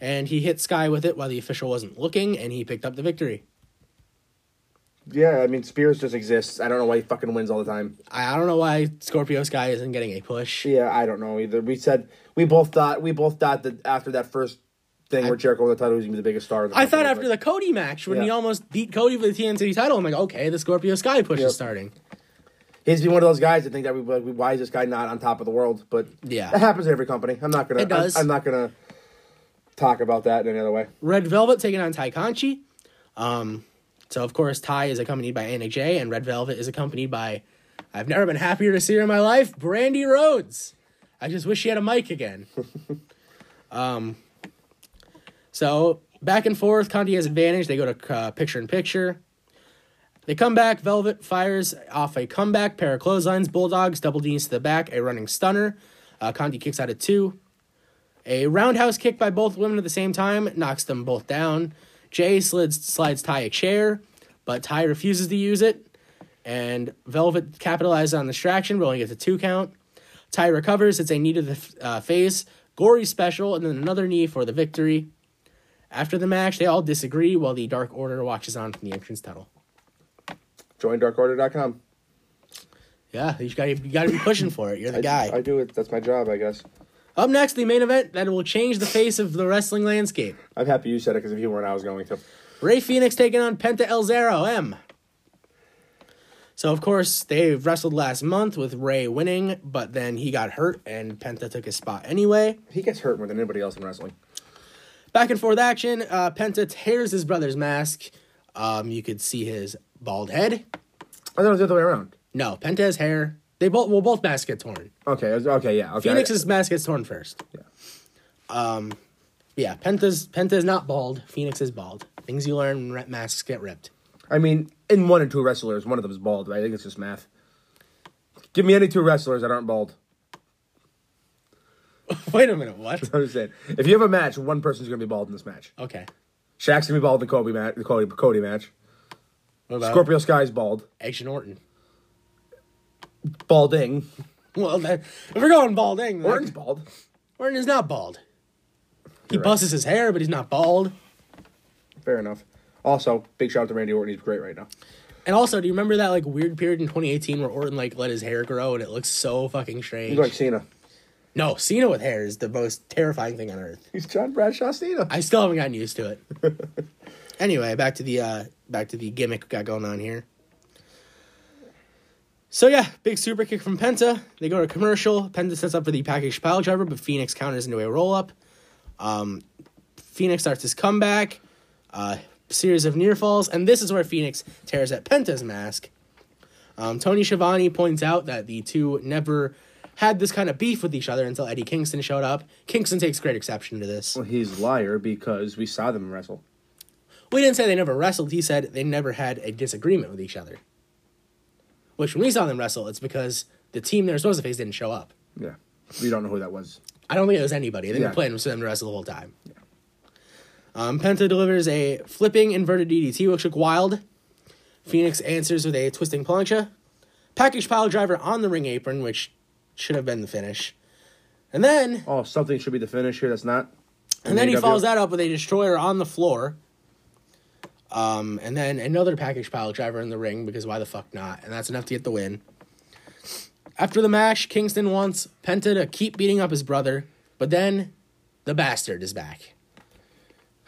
and he hit Sky with it while the official wasn't looking, and he picked up the victory. Yeah, I mean Spears just exists. I don't know why he fucking wins all the time. I, I don't know why Scorpio Sky isn't getting a push. Yeah, I don't know either. We said we both thought we both thought that after that first thing where Jericho won the title, he was gonna be the biggest star. of the I thought company, after but- the Cody match, when he Yeah. almost beat Cody for the TNT title, I'm like, okay, the Scorpio Sky push Yep. is starting. he's be one of those guys that think that we like, why is this guy not on top of the world? But Yeah. that happens to every company. I'm not gonna. It does. I'm, I'm not gonna talk about that in any other way. Red Velvet taking on Tai Conchi. Um, so, of course, Tai is accompanied by Anna Jay, and Red Velvet is accompanied by, I've never been happier to see her in my life, Brandy Rhodes. I just wish she had a mic again. um, so, back and forth, Conti has advantage. They go to uh, picture in picture. They come back. Velvet fires off a comeback, pair of clotheslines, bulldogs, double D's to the back, a running stunner. Uh, Conti kicks out at two. A roundhouse kick by both women at the same time knocks them both down. Jay slids, slides Ty a chair, but Ty refuses to use it. And Velvet capitalizes on the distraction, but only gets a two count. Ty recovers, it's a knee to the f- uh, face, gory special, and then another knee for the victory. After the match, they all disagree while the Dark Order watches on from the entrance tunnel. Join darkorder.com. Yeah, you gotta, you gotta be pushing for it. You're the guy. I do it. That's my job, I guess. Up next, the main event that will change the face of the wrestling landscape. I'm happy you said it because if you weren't, I was going to. Ray Phoenix taking on Penta El Zero M. So of course they wrestled last month with Ray winning, but then he got hurt and Penta took his spot anyway. He gets hurt more than anybody else in wrestling. Back and forth action. Uh, Penta tears his brother's mask. Um, you could see his bald head. I thought it was the other way around. No, Penta has hair. They both well both masks get torn. Okay, it was- okay, yeah. Okay. Phoenix's mask gets torn first. Yeah. Um, yeah. Penta's Penta is not bald. Phoenix is bald. Things you learn when re- masks get ripped. I mean, in one or two wrestlers, one of them is bald. But I think it's just math. Give me any two wrestlers that aren't bald. Wait a minute. What? I'm just saying. If you have a match, one person's gonna be bald in this match. Okay. Shaq's gonna be bald in the Kobe match. The Cody, Cody match. What about Scorpio Sky's bald. Edge and Orton. Balding. Well, that, if we're going balding, then- Orton's bald. Orton is not bald. He You're right. busses his hair, but he's not bald. Fair enough. Also, big shout out to Randy Orton. He's great right now. And also, do you remember that like weird period in 2018 where Orton like let his hair grow and it looks so fucking strange? He's like Cena. no, Cena with hair is the most terrifying thing on earth. He's John Bradshaw Cena. I still haven't gotten used to it. anyway, back to the uh back to the gimmick we got going on here. So yeah, big super kick from Penta. They go to commercial. Penta sets up for the package pile driver, but Phoenix counters into a roll up. Um, Phoenix starts his comeback, uh, series of near falls, and this is where Phoenix tears at Penta's mask. Um, Tony Schiavone points out that the two never had this kind of beef with each other until Eddie Kingston showed up. Kingston takes great exception to this. He's liar because we saw them wrestle. We didn't say they never wrestled. He said they never had a disagreement with each other. Which, when we saw them wrestle, it's because the team they were supposed to face didn't show up. Yeah. We don't know who that was. I don't think it was anybody. I think Yeah. the plan was for them to wrestle the whole time. Um, Penta delivers a flipping inverted DDT, which look wild. Phoenix answers with a twisting plancha. Package pile driver on the ring apron, which should have been the finish. And then Oh, something should be the finish here. That's not. and then he AEW. follows that up with a destroyer on the floor. Um, and then another package pile driver in the ring because why the fuck not? And that's enough to get the win. After the match, Kingston wants Penta to keep beating up his brother, but then the bastard is back.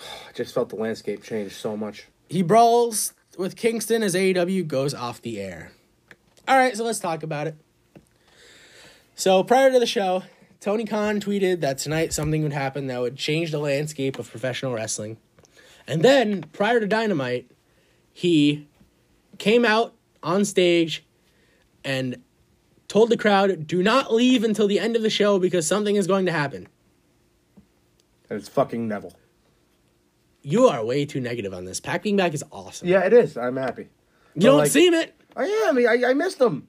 I just felt the landscape change so much. He brawls with Kingston as AEW goes off the air. All right, so let's talk about it. So prior to the show, Tony Khan tweeted that tonight something would happen that would change the landscape of professional wrestling. And then prior to Dynamite, he came out on stage and told the crowd, "Do not leave until the end of the show because something is going to happen." And it's fucking Neville. You are way too negative on this. Packing back is awesome. Yeah, it is. I'm happy. you don't like- seem it. I am. I, I missed him.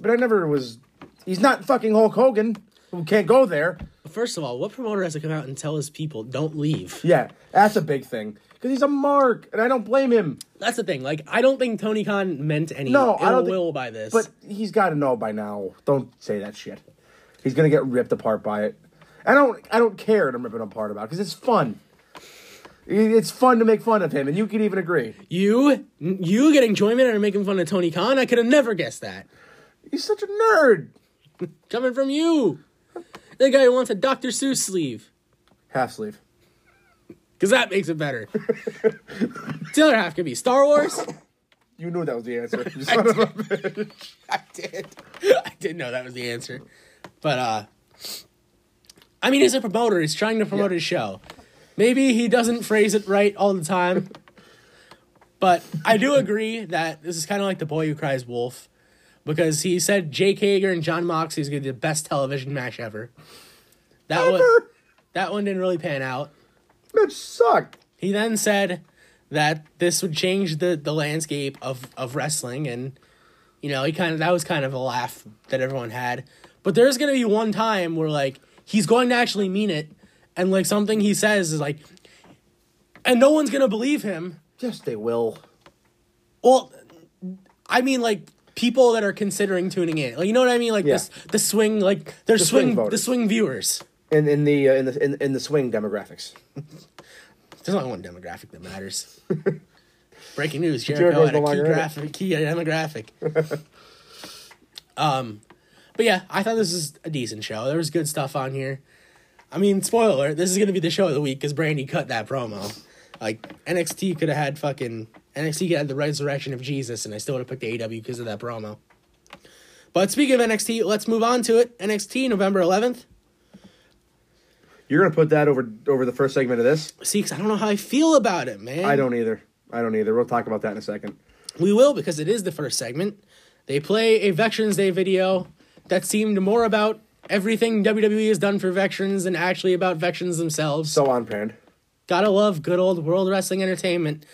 But I never was. He's not fucking Hulk Hogan, who can't go there. First of all, what promoter has to come out and tell his people don't leave? Yeah, that's a big thing. Because he's a mark, and I don't blame him. That's the thing. Like, I don't think Tony Khan meant any No, ill I don't thi- will by this. But he's got to know by now. Don't say that shit. He's gonna get ripped apart by it. I don't. I don't care. That I'm ripping apart about because it's fun. It- It's fun to make fun of him, and you can even agree. you, you get enjoyment out of making fun of Tony Khan. I could have never guessed that He's such a nerd. coming from you, the guy who wants a Dr. Seuss sleeve, Half sleeve. because that makes it better. the other half could be Star Wars. You knew that was the answer. You son of a bitch. I did. I did know that was the answer. But uh I mean he's a promoter, he's trying to promote his show. Maybe he doesn't phrase it right all the time. But I do agree that this is kind of like the boy who cries wolf because he said Jake Hager and John Moxley is going to be the best television match ever. That one Ever. that one didn't really pan out. That sucked. He then said that this would change the, the landscape of, of wrestling and you know, he kind of that was kind of a laugh that everyone had. But there's going to be one time where like he's going to actually mean it and like something he says is like and no one's going to believe him. Yes, they will. Well, I mean like people that are considering tuning in. Like you know what I mean? Like Yeah. this the swing like they're swing swing, the voters. swing viewers. In in the uh, in the in, in the swing demographics. There's only one demographic that matters. Breaking news: Jericho Jericho's had a no key, longer in it. graphic, key demographic. um, but yeah, I thought this was a decent show. There was good stuff on here. I mean, spoiler: alert, this is gonna be the show of the week because Brandy cut that promo. Like NXT could have had fucking NXT could have had the resurrection of Jesus, and I still would have picked AEW because of that promo. But speaking of NXT, let's move on to it. NXT November 11th. You're gonna put that over over the first segment of this. See, 'cause I don't know how I feel about it, man. I don't either. I don't either. We'll talk about that in a second. We will because it is the first segment. They play a Veterans Day video that seemed more about everything WWE has done for veterans than actually about veterans themselves. So on brand. Gotta love good old World Wrestling Entertainment.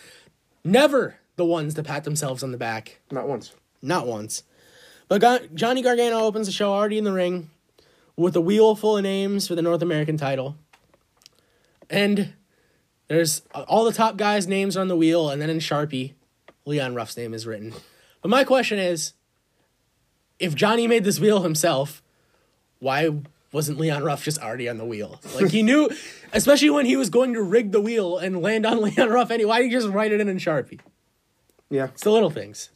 Never the ones that pat themselves on the back. Not once. Not once. But Ga- Johnny Gargano opens the show already in the ring with a wheel full of names for the North American title. And there's uh, all the top guys' names on the wheel, and then in Sharpie, Leon Ruff's name is written. But my question is if Johnny made this wheel himself, why wasn't Leon Ruff just already on the wheel? Like he knew, especially when he was going to rig the wheel and land on Leon Ruff anyway, why did he just write it in in Sharpie? Yeah. It's the little things.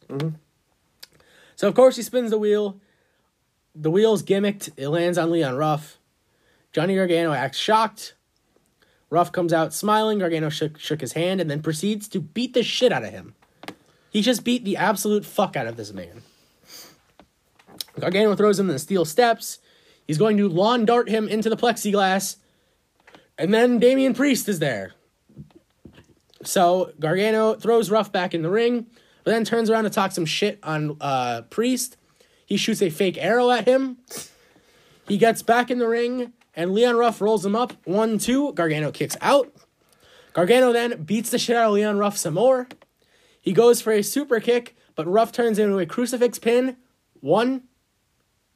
So of course he spins the wheel. The wheel's gimmicked. It lands on Leon Ruff. Johnny Gargano acts shocked. Ruff comes out smiling. Gargano shook, shook his hand and then proceeds to beat the shit out of him. He just beat the absolute fuck out of this man. Gargano throws him in the steel steps. He's going to lawn dart him into the plexiglass. And then Damian Priest is there. So Gargano throws Ruff back in the ring, but then turns around to talk some shit on uh, Priest. He shoots a fake arrow at him. He gets back in the ring, and Leon Ruff rolls him up. One, two. Gargano kicks out. Gargano then beats the shit out of Leon Ruff some more. He goes for a super kick, but Ruff turns into a crucifix pin. One,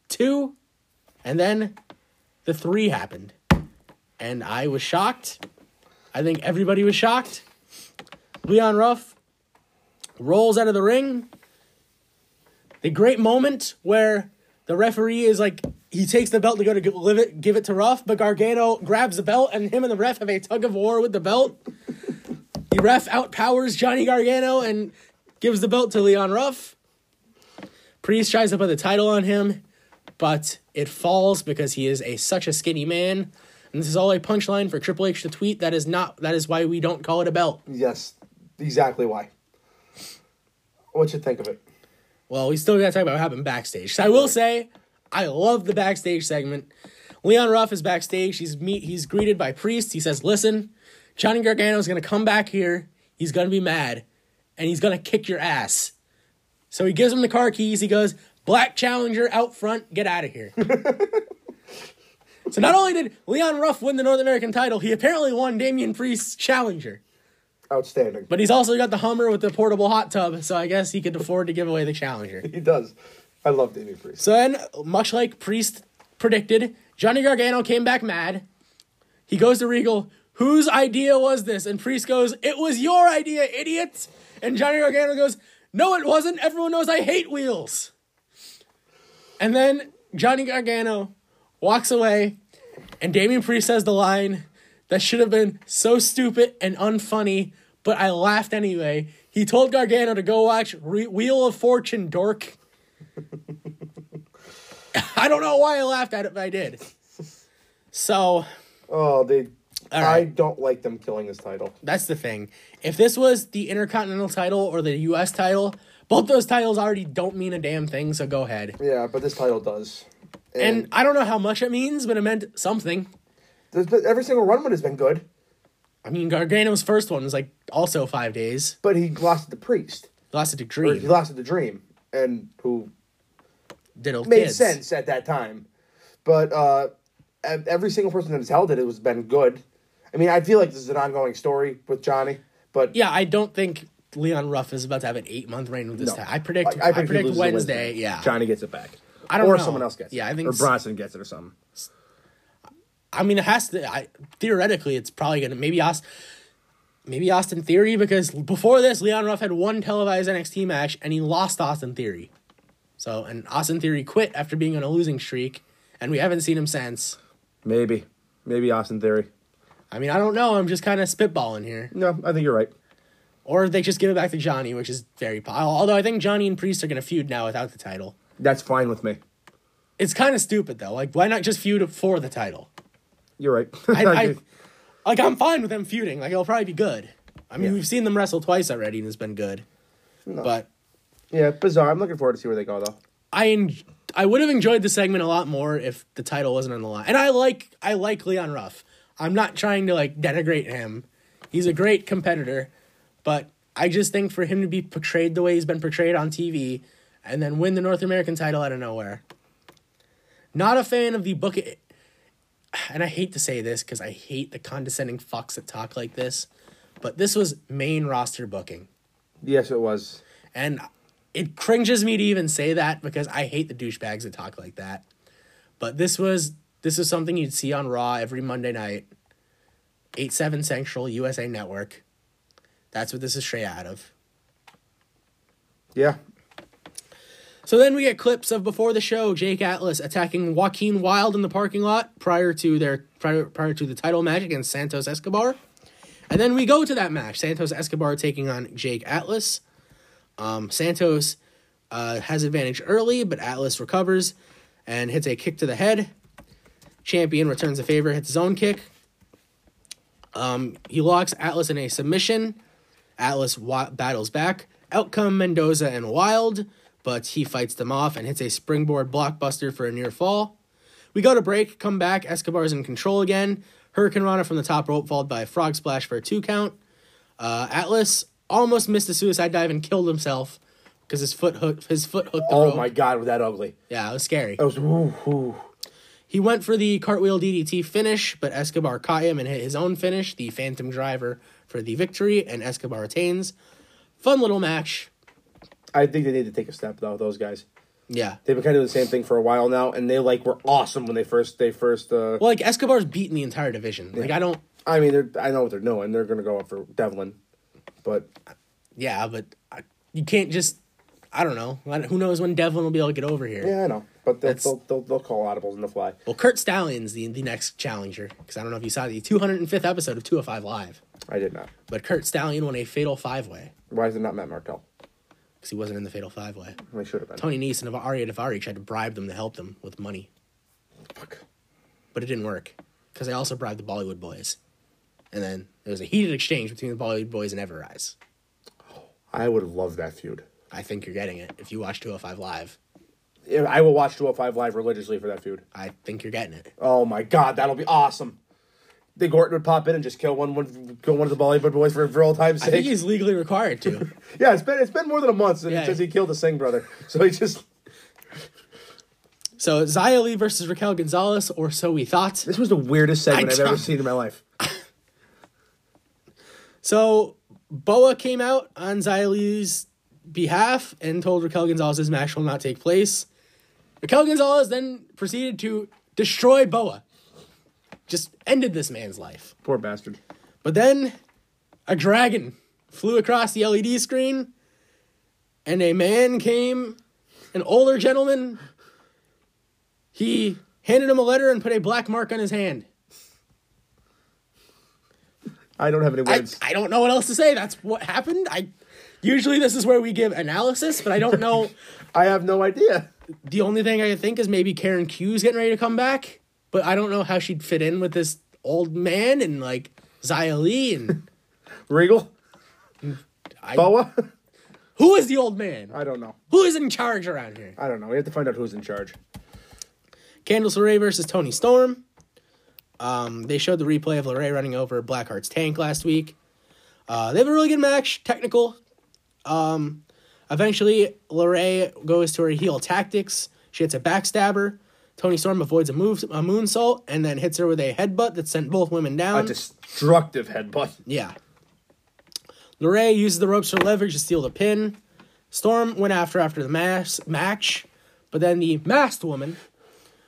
two, and then the three happened. And I was shocked. I think everybody was shocked. Leon Ruff rolls out of the ring. The great moment where the referee is like, he takes the belt to go to give give it, give it to Ruff, but Gargano grabs the belt, and him and the ref have a tug of war with the belt. The ref outpowers Johnny Gargano and gives the belt to Leon Ruff. Priest tries to put the title on him, but it falls because he is a such a skinny man. And this is all a punchline for Triple H to tweet. That is not. That is why we don't call it a belt. Yes, exactly why. What you think of it? Well, we still gotta talk about what happened backstage. So I will say, I love the backstage segment. Leon Ruff is backstage. He's meet. He's greeted by Priest. He says, "Listen, Johnny Gargano's gonna come back here. He's gonna be mad, and he's gonna kick your ass." So he gives him the car keys. He goes, "Black Challenger out front. Get out of here." so not only did Leon Ruff win the North American title, he apparently won Damian Priest's challenger. Outstanding. But he's also got the Hummer with the portable hot tub, so I guess he could afford to give away the challenger. he does. I love Damien Priest. So then, much like Priest predicted, Johnny Gargano came back mad. He goes to Regal, whose idea was this? And Priest goes, It was your idea, idiot! And Johnny Gargano goes, No, it wasn't. Everyone knows I hate wheels. And then Johnny Gargano walks away, and Damian Priest says the line that should have been so stupid and unfunny, but I laughed anyway. He told Gargano to go watch Re- Wheel of Fortune, dork. I don't know why I laughed at it, but I did. So Oh, they. I right. don't like them killing this title. that's the thing. If this was the Intercontinental title or the US title, both those titles already don't mean a damn thing, so go ahead. Yeah, but this title does. And I don't know how much it means, but it meant something. There's been, every single run one has been good, I mean, Gargano's first one was like also five days. but he lost to the priest. He lost it to Or he Dream. lost to the dream, and who Diddle made kids. sense at that time. But uh, ev- every single person that has held it, it has been good. I mean, I feel like this is an ongoing story with Johnny, but Yeah, I don't think Leon Ruff is about to have an eight month reign with this time. I predict. I, I- I think he predict loses Wednesday. to Yeah. Johnny gets it back. I don't or know. someone else gets. Yeah, it. I think or s- Bronson gets it or something. I mean, it has to. I theoretically, it's probably gonna maybe Austin, maybe Austin Theory because before this, Leon Ruff had one televised NXT match and he lost to Austin Theory. So and Austin Theory quit after being on a losing streak, and we haven't seen him since. Maybe, maybe Austin Theory. I mean, I don't know. I'm just kind of spitballing here. No, I think you're right. Or they just give it back to Johnny, which is very po- Although I think Johnny and Priest are gonna feud now without the title. That's fine with me. It's kind of stupid though. Like, why not just feud for the title? You're right. I, I, like I'm fine with them feuding. Like it'll probably be good. I mean, we've seen them wrestle twice already, and it's been good. But yeah, bizarre. I'm looking forward to see where they go though. I en- I would have enjoyed the segment a lot more if the title wasn't on the line. And I like I like Leon Ruff. I'm not trying to like denigrate him. He's a great competitor, but I just think for him to be portrayed the way he's been portrayed on TV and then win the North American title out of nowhere. Not a fan of the book and I hate to say this cuz I hate the condescending fucks that talk like this, but this was main roster booking. Yes, it was. And it cringes me to even say that because I hate the douchebags that talk like that. But this was this is something you'd see on Raw every Monday night, eight seven Central USA Network. That's what this is straight out of. Yeah, So then we get clips of before the show, Jake Atlas attacking Joaquin Wild in the parking lot prior to their prior, prior to the title match against Santos Escobar. And then we go to that match, Santos Escobar taking on Jake Atlas. Um, Santos uh, has advantage early, but Atlas recovers and hits a kick to the head. Champion returns the favor, hits his own kick. Um, he locks Atlas in a submission. Atlas wa- battles back. Out come Mendoza and Wild, but he fights them off and hits a springboard blockbuster for a near fall. We go to break, come back. Escobar's in control again. Hurricane Rana from the top rope, followed by a frog splash for a two count. Uh, Atlas almost missed a suicide dive and killed himself because his foot hooked his foot hooked the Oh rope. my god, was that ugly? Yeah, it was scary. That was ooh, ooh. He went for the cartwheel DDT finish, but Escobar caught him and hit his own finish, the Phantom Driver, for the victory, and Escobar retains. Fun little match. I think they need to take a step though. Those guys, Yeah. they've been kind of doing the same thing for a while now, and they like were awesome when they first they first. Uh, Well, like Escobar's beaten the entire division. Like I don't I mean, they're, I know what they're doing. They're going to go up for Devlin, but Yeah, but I, you can't just. I don't know. I don't- Who knows when Devlin will be able to get over here? yeah, I know. But they'll That's- they'll, they'll, they'll call audibles in the fly. Well, Kurt Stallion's the the next challenger because I don't know if you saw the 205th episode of 205 Live, I did not. but Kurt Stallion won a fatal five way Why is it not Matt Martell? because he wasn't in the fatal five way. I should have been. Tony Nese and Aria Davari tried to bribe them to help them with money, Fuck. but it didn't work because they also bribed the Bollywood Boys, and then there was a heated exchange between the Bollywood Boys and Everrise. I would have loved that feud. I think you're getting it if you watch 205 Live. Yeah, I will watch 205 Live religiously for that feud. I think you're getting it. Oh my god, that'll be awesome. The Gorton would pop in and just kill one, one kill one of the Bollywood boys for, for all time's I think sake. he's legally required to. Yeah, it's been it's been more than a month since, Yeah. since he killed the Singh brother. So he just So Xia Li versus Raquel Gonzalez, or so we thought. this was the weirdest segment I I've ever don't- seen in my life. So Boa came out on Xia Li's behalf and told Raquel Gonzalez's match will not take place. Raquel Gonzalez then proceeded to destroy Boa. Just ended this man's life. Poor bastard. But then a dragon flew across the LED screen, and a man came, an older gentleman. He handed him a letter and put a black mark on his hand. I don't have any I, words. I don't know what else to say. That's what happened. I usually this is where we give analysis, but I don't know. I, have no idea. the only thing I can think is maybe Karen Q's getting ready to come back, but I don't know how she'd fit in with this old man and like Xia Li and Regal? I, Boa? who is the old man? I don't know. Who is in charge around here? I don't know. We have to find out who's in charge. Candice LeRae versus Tony Storm. Um, they showed the replay of LeRae running over Blackheart's tank last week. Uh, they have a really good match, technical. Um, eventually, LeRae goes to her heel tactics. She hits a backstabber. Tony Storm avoids a move, a moonsault, and then hits her with a headbutt that sent both women A down. destructive headbutt. Yeah. Lorray uses the ropes for leverage to steal the pin. Storm went after after the mas- match, but then the masked woman,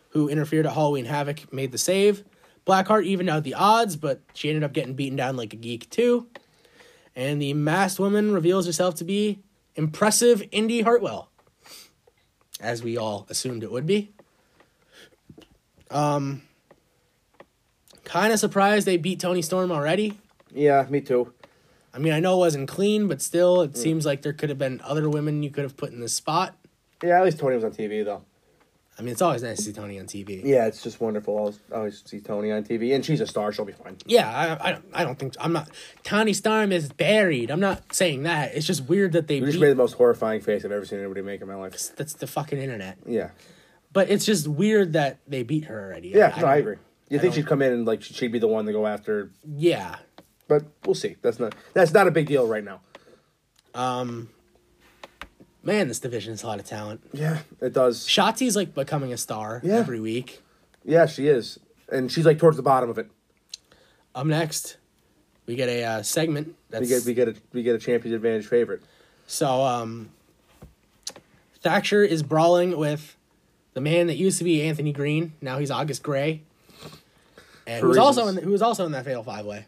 who interfered at Halloween Havoc, made the save. Blackheart evened out the odds, but she ended up getting beaten down like a geek too. And the masked woman reveals herself to be impressive Indy Hartwell, as we all assumed it would be. Um, kind of surprised they beat Tony Storm already. Yeah, me too. I mean, I know it wasn't clean, but still, Mm. it seems like there could have been other women you could have put in this spot. Yeah, at least Tony was on TV though. I mean, it's always nice to see Tony on TV. Yeah, it's just wonderful. I'll always see Tony on TV, and she's a star. She'll be fine. Yeah, I, I, don't- I don't think I'm not. Tony Storm is buried. I'm not saying that. It's just weird that they You just beat. made the most horrifying face I've ever seen anybody make in my life. that's the fucking internet. Yeah, But it's just weird that they beat her already. yeah, no, I don't- agree. You think she'd come in and like she'd be the one to go after, Yeah. but we'll see. That's not that's not a big deal right now. Man, this division has a lot of talent. Yeah, it does. Shotzi's like becoming a star Yeah. every week. Yeah, she is, and she's like towards the bottom of it. Up next, we get a uh, segment that's We get we get a we get a champion's advantage favorite. So um Thatcher is brawling with the man that used to be Anthony Green, now he's August Gray. And who was reasons. also in who was also in that Fatal Five Way.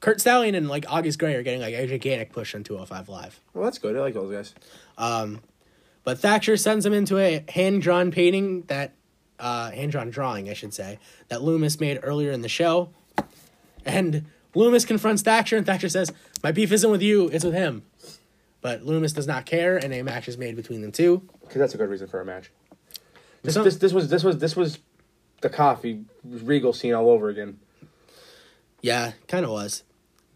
Kurt Stallion and like August Gray are getting like a gigantic push on 205 Live. Well, that's good. I like those guys. But Thatcher sends him into a hand drawn painting that, uh, hand drawn drawing, I should say, that Loomis made earlier in the show. And Loomis confronts Thatcher, and Thatcher says, My beef isn't with you, it's with him. But Loomis does not care, and a match is made between them two. Because that's a good reason for a match. This, Some- this this was this was this was the coffee regal scene all over again. Yeah, kind of was.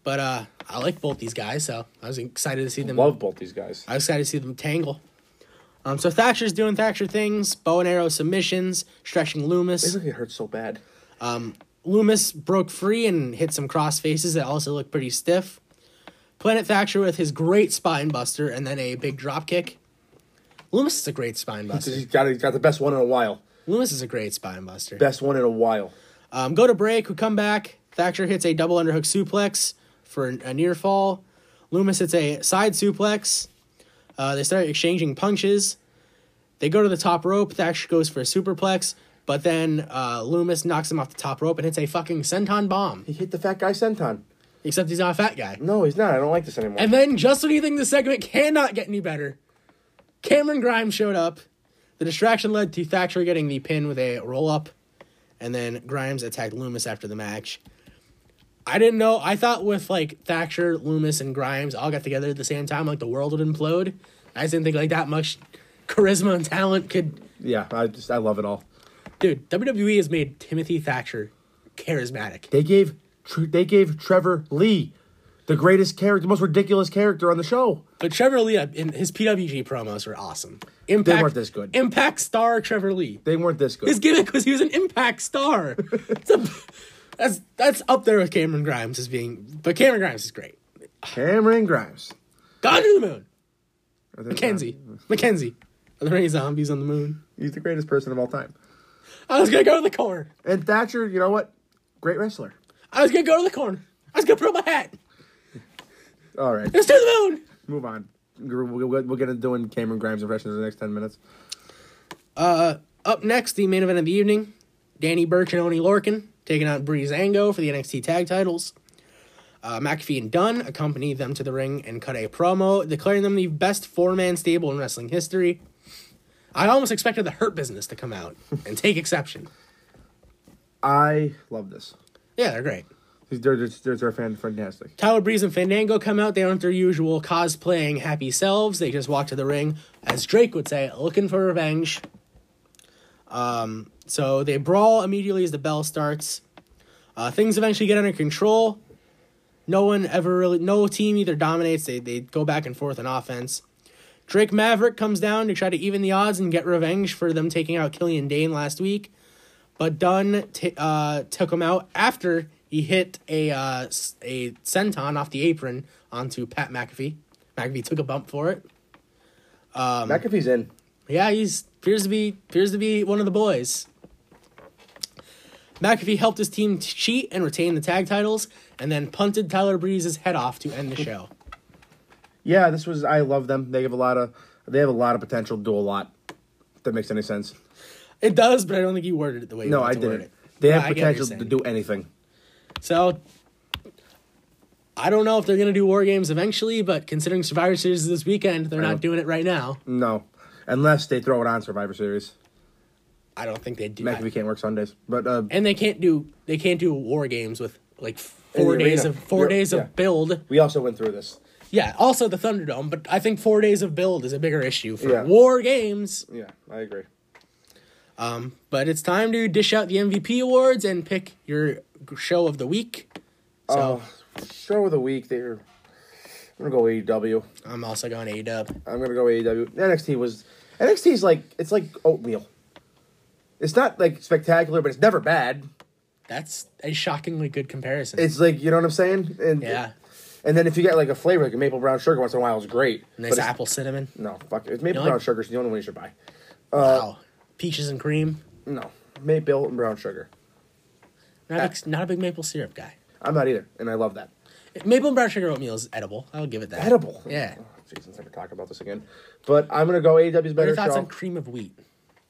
But uh, I like both these guys, so I was excited to see them. Love both these guys. I was excited to see them tangle. Um, so Thatcher's doing Thatcher things, bow and arrow submissions, stretching Loomis. It hurts so bad. Loomis broke free and hit some cross faces that also looked pretty stiff. Planet Thatcher with his great spine buster and then a big drop kick. Loomis is a great spine buster. He's got he's got the best one in a while. Loomis is a great spine buster. Best one in a while. Um, go to break. We come back. Thatcher hits a double underhook suplex for a near fall. Loomis hits a side suplex. Uh, they start exchanging punches. They go to the top rope. Thatcher goes for a superplex. But then uh, Loomis knocks him off the top rope and hits a fucking senton bomb. He hit the fat guy senton. Except he's not a fat guy. No, he's not. I don't like this anymore. And then just when you think the segment cannot get any better, Cameron Grimes showed up. The distraction led to Thatcher getting the pin with a roll up, and then Grimes attacked Loomis after the match. I didn't know. I thought with like Thatcher, Loomis, and Grimes all got together at the same time, like the world would implode. I just didn't think like that much charisma and talent could. yeah, I just I love it all. Dude, WWE has made Timothy Thatcher charismatic. They gave tr- they gave Trevor Lee the greatest character, the most ridiculous character on the show. But Trevor Lee, uh, in his PWG promos were awesome. Impact, weren't this good. Impact star Trevor Lee. They weren't this good. His gimmick was he was an impact star. It's a- that's that's up there with Cameron Grimes as being, but Cameron Grimes is great. Cameron Grimes. Gone to the moon, Are they- Mackenzie. Mackenzie, are there any zombies on the moon? He's the greatest person of all time. I was gonna go to the corner. And Thatcher, you know what? Great wrestler. I was gonna go to the corner. I was gonna put on my hat. All right, It's to the moon. move on. We're, we're, we're gonna doing Cameron Grimes impressions in the next ten minutes. Up next, the main event of the evening: Danny Burch and Oni Lorkin taking on Breezango for the NXT Tag Titles. Uh, McAfee and Dunn accompanied them to the ring and cut a promo, declaring them the best four-man stable in wrestling history. I almost expected the Hurt Business to come out and take exception. I love this. Yeah, they're great. They're just, they're, they're fan- fantastic. Tyler Breeze and Fandango come out. They aren't their usual cosplaying happy selves. They just walk to the ring, as Drake would say, looking for revenge. Um, so they brawl immediately as the bell starts. Uh, things eventually get under control. No one ever really, no team either dominates. They, they go back and forth on offense. Drake Maverick comes down to try to even the odds and get revenge for them taking out Killian Dane last week. But Dunn t- uh, took him out after he hit a uh, s- a senton off the apron onto Pat McAfee. McAfee took a bump for it. Um, McAfee's in. Yeah, he's appears to be appears to be one of the boys. McAfee helped his team t- cheat and retain the tag titles, and then punted Tyler Breeze's head off to end the show. Yeah, this was. I love them. They have a lot of. They have a lot of potential. Do a lot. If that makes any sense. It does, but I don't think he worded it the way you No, want I to word didn't. it. They Yeah, have I get what you're potential to saying. do anything. So I don't know if they're gonna do war games eventually, but considering Survivor Series is this weekend, they're not don't- doing it right now. No, unless they throw it on Survivor Series. I don't think they do. that. McAfee can't work Sundays, but uh, and they can't do they can't do war games with like four In the days arena. of four Yeah, days yeah. of build. we also went through this. Yeah, also the Thunderdome, but I think four days of build is a bigger issue for Yeah. war games. Yeah, I agree. But it's time to dish out the MVP awards and pick your show of the week. Oh. So Show of the week. There, I'm gonna go AEW. I'm also going A Dub. I'm gonna go E AEW. NXT was NXT is like it's like oatmeal. It's not like spectacular, but it's never bad. That's a shockingly good comparison. It's like you know what I'm saying. And yeah, And then if you get like a flavor like a maple brown sugar once in a while, it's great. nice it's- apple cinnamon. No, fuck it. It's maple You know, brown like- sugar. It's the only one you should buy. Uh, wow, peaches and cream. No, maple and brown sugar. uh, Not a, big- not a big maple syrup guy. I'm not either, and I love that. Maple and brown sugar oatmeal is edible. I'll give it that. Edible. Yeah. Oh, Jeez, let's never talk about this again. But I'm gonna go AEW's What are better your thoughts show. on cream of wheat?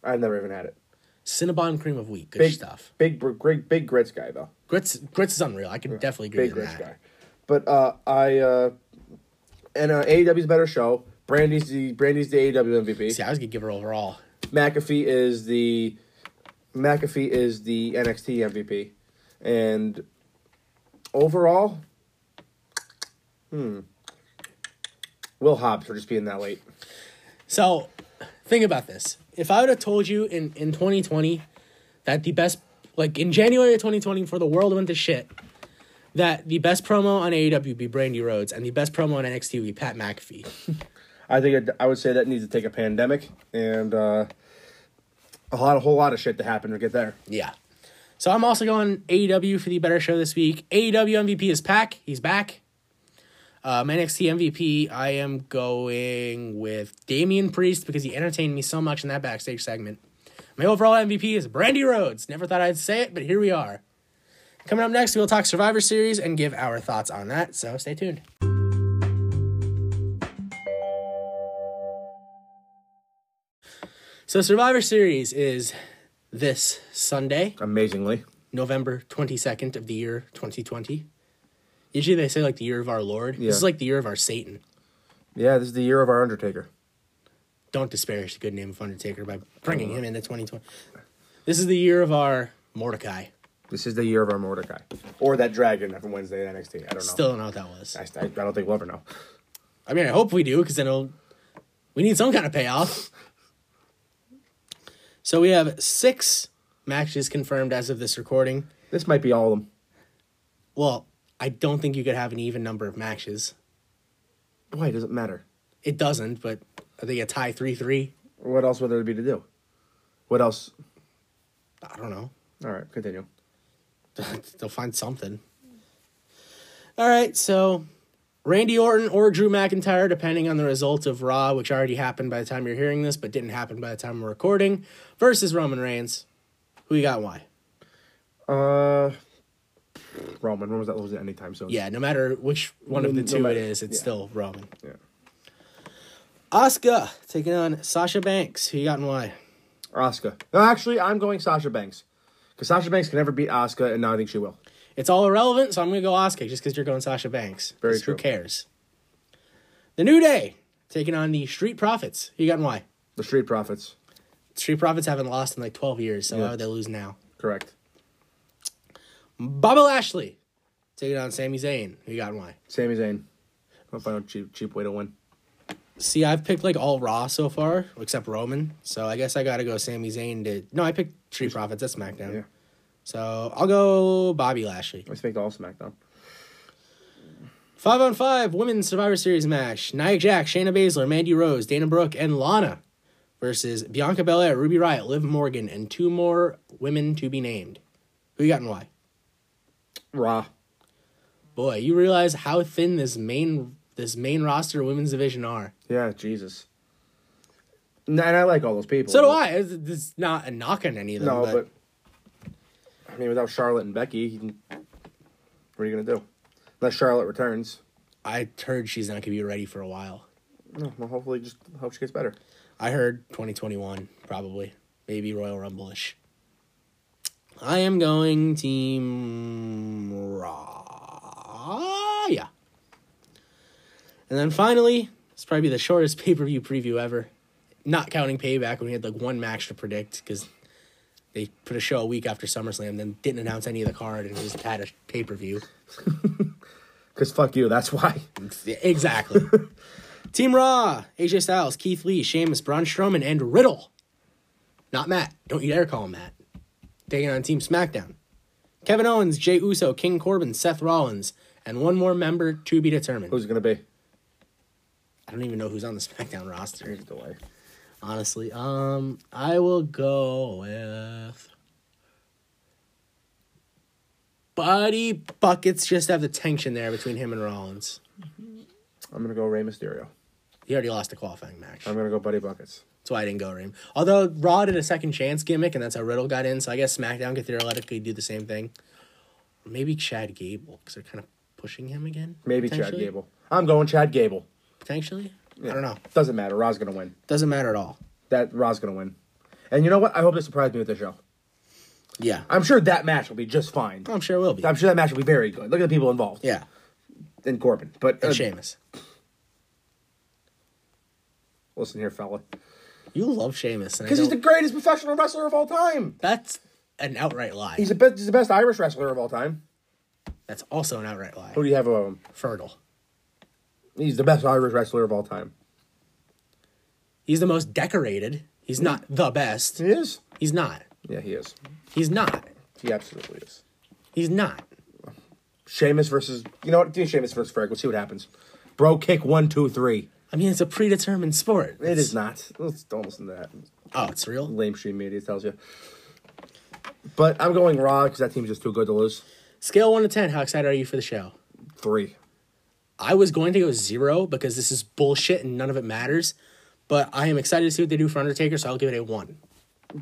I've never even had it. Cinnabon cream of wheat. Good Big stuff. Big, br- big, big grits guy though. Grits, grits is unreal. I can definitely agree Big with grits that. guy. But uh, I uh, and uh, AEW's better show. Brandy's the Brandy's the E AEW MVP. See, I was gonna give her overall. McAfee is the McAfee is the NXT MVP, and overall, hmm, Will Hobbs for just being that late. So, think about this. If I would have told you in in 2020 that the best, like in January of 2020, before the world went to shit, that the best promo on AEW would be Brandy Rhodes and the best promo on NXT would be Pat McAfee. I think I'd, I would say that needs to take a pandemic and uh, a lot, a whole lot of shit to happen to get there. yeah. So I'm also going AEW for the better show this week. E AEW MVP is Pac. He's back. Um, NXT MVP, I am going with Damian Priest because he entertained me so much in that backstage segment. My overall MVP is Brandy Rhodes. Never thought I'd say it, but here we are. Coming up next, we'll talk Survivor Series and give our thoughts on that, so stay tuned. So, Survivor Series is this Sunday, Amazingly. November 22nd of the year 2020. Usually they say like the year of our Lord. This is Yeah. like the year of our Satan. Yeah, this is the year of our Undertaker. Don't disparage the good name of Undertaker by bringing him into 2020. This is the year of our Mordecai. This is the year of our Mordecai. Or that dragon from Wednesday at NXT. I don't know. Still don't know what that was. I, I don't think we'll ever know. I mean, I hope we do because then it'll. We need some kind of payoff. So we have six matches confirmed as of this recording. This might be all of them. Well, I don't think you could have an even number of matches. Why does it matter? It doesn't, but I think a tie three three. What else would there be to do? What else? I don't know. All right, continue. They'll find something. All right, so Randy Orton or Drew McIntyre, depending on the result of Raw, which already happened by the time you're hearing this, but didn't happen by the time we're recording, versus Roman Reigns. Who you got? and Why? Uh, Roman. When was that losing anytime soon? Yeah, no matter which one of No- the no two it matter- is, it's yeah. still Roman. Yeah. Asuka taking on Sasha Banks. Who you got and why? Asuka. No, actually, I'm going Sasha Banks. Because Sasha Banks can never beat Asuka, and now I think she will. It's all irrelevant, so I'm gonna go Asuka just because you're going Sasha Banks. Very 'Cause true. Who cares? The New Day taking on the Street Profits. Who you got and why? The Street Profits. Street Profits haven't lost in like 12 years, so Yeah. how would they lose now? Correct. Bobby Lashley taking on Sami Zayn. Who you got and why? Sami Zayn. I'll find a cheap, cheap way to win. See, I've picked like all Raw so far except Roman, so I guess I gotta go Sami Zayn. To no, I picked Street Profits. That's SmackDown. Yeah. So I'll go Bobby Lashley. Let's make the All SmackDown. Five on five women's Survivor Series match: Nia Jax, Shayna Baszler, Mandy Rose, Dana Brooke, and Lana versus Bianca Belair, Ruby Riot, Liv Morgan, and two more women to be named. Who you got and why? Raw. Boy, you realize how thin this main this main roster women's division are. Yeah, Jesus. And I like all those people. So do but- I. It's, it's not a knock on any of them. No, but, I mean, without Charlotte and Becky, you can- what are you gonna do? Unless Charlotte returns, I heard she's not gonna be ready for a while. Oh, well, hopefully, just hope she gets better. I heard 2021 probably, maybe Royal Rumble ish. I am going Team Raw. Yeah. And then finally, it's probably the shortest pay per view preview ever. Not counting payback when we had like one match to predict because they put a show a week after SummerSlam, then didn't announce any of the card and just had a pay per view. Cause fuck you, that's why. Exactly. Team Raw, AJ Styles, Keith Lee, Sheamus, Braun Strowman, and Riddle. Not Matt. Don't you dare call him Matt. Taking on Team SmackDown. Kevin Owens, Jay Uso, King Corbin, Seth Rollins, and one more member to be determined. Who's it gonna be? I don't even know who's on the SmackDown roster, Here's the way. honestly. Um, I will go with Buddy Buckets. Just to have the tension there between him and Rollins. I'm gonna go Rey Mysterio. He already lost a qualifying match. I'm gonna go Buddy Buckets. That's why I didn't go Reign. Although Raw did a second chance gimmick, and that's how Riddle got in. So I guess SmackDown could theoretically do the same thing. Or maybe Chad Gable because they're kind of pushing him again. Maybe Chad potentially? Gable. I'm going Chad Gable. Potentially. I don't know. Doesn't matter. Ra's gonna win. Doesn't matter at all. That Ra's gonna win. And you know what? I hope they surprise me with the show. Yeah, I'm sure that match will be just fine. I'm sure it will be. I'm sure that match will be very good. Look at the people involved. Oh. yeah, And Corbin. But and uh, Sheamus. listen here, fella. You love Sheamus. and I Because he's the don't- greatest professional wrestler of all time. that's an outright lie. He's the best. He's the best Irish wrestler of all time. that's also an outright lie. Who do you have above him? Fertile. He's the best Irish wrestler of all time. He's the most decorated. He's not the best. He is. He's not. Yeah, he is. He's not. He absolutely is. He's not. Sheamus versus you know what? Do Sheamus versus Ferg. We'll see what happens. Bro, kick one, two, three. I mean, it's a predetermined sport. It is not. Let's don't listen to that. Oh, it's real. Lame stream media tells you. But I'm going Raw because that team's just too good to lose. Scale one to ten. How excited are you for the show? Three. I was going to go zero because this is bullshit and none of it matters. But I am excited to see what they do for Undertaker, so I'll give it a one.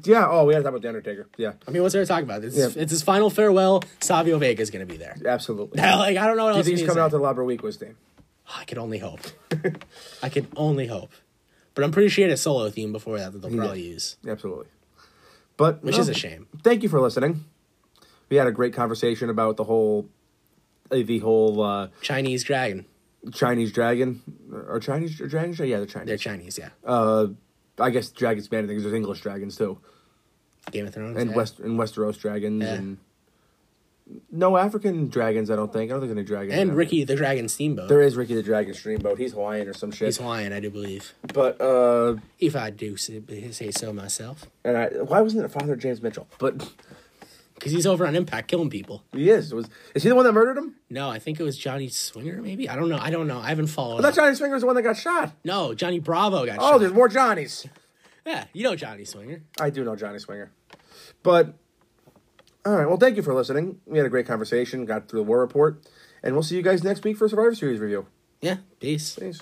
Yeah. Oh, we had to talk about the Undertaker. Yeah. I mean, what's there to talk about? It's, Yeah. it's his final farewell. Savio Vega is going to be there. Absolutely. Do Like I don't know what you think else he he's needs coming out to- Ah, to Labra Weekwa's team? I can only hope. I can only hope. But I'm pretty sure he had a solo theme before that that they'll probably use. Absolutely. But which no, is a shame. Thank you for listening. We had a great conversation about the whole, uh, the whole uh, Chinese dragon. Chinese dragon or Chinese or dragon. Yeah, the They're Chinese. Chinese, yeah. Uh, I guess dragons banned things. There's English dragons too, Game of Thrones. and yeah. West and Westeros dragons, Yeah. and no African dragons. I don't think. I don't think there's any dragons. in and Africa. Ricky the Dragon Steamboat. There is Ricky the Dragon Streamboat. He's Hawaiian or some shit. He's Hawaiian, I do believe. but uh, If I do say say so myself, and I why wasn't it Father James Mitchell? But because he's over on Impact killing people. he is. Was is he the one that murdered him? No, I think it was Johnny Swinger, maybe. I don't know. I don't know. I haven't followed. I thought up. Johnny Swinger's the one that got shot. No, Johnny Bravo got Oh, shot. there's more Johnnies. Yeah, you know Johnny Swinger. I do know Johnny Swinger, but all right. Well, thank you for listening. We had a great conversation. Got through the war report, and we'll see you guys next week for Survivor Series review. Yeah, peace. Peace.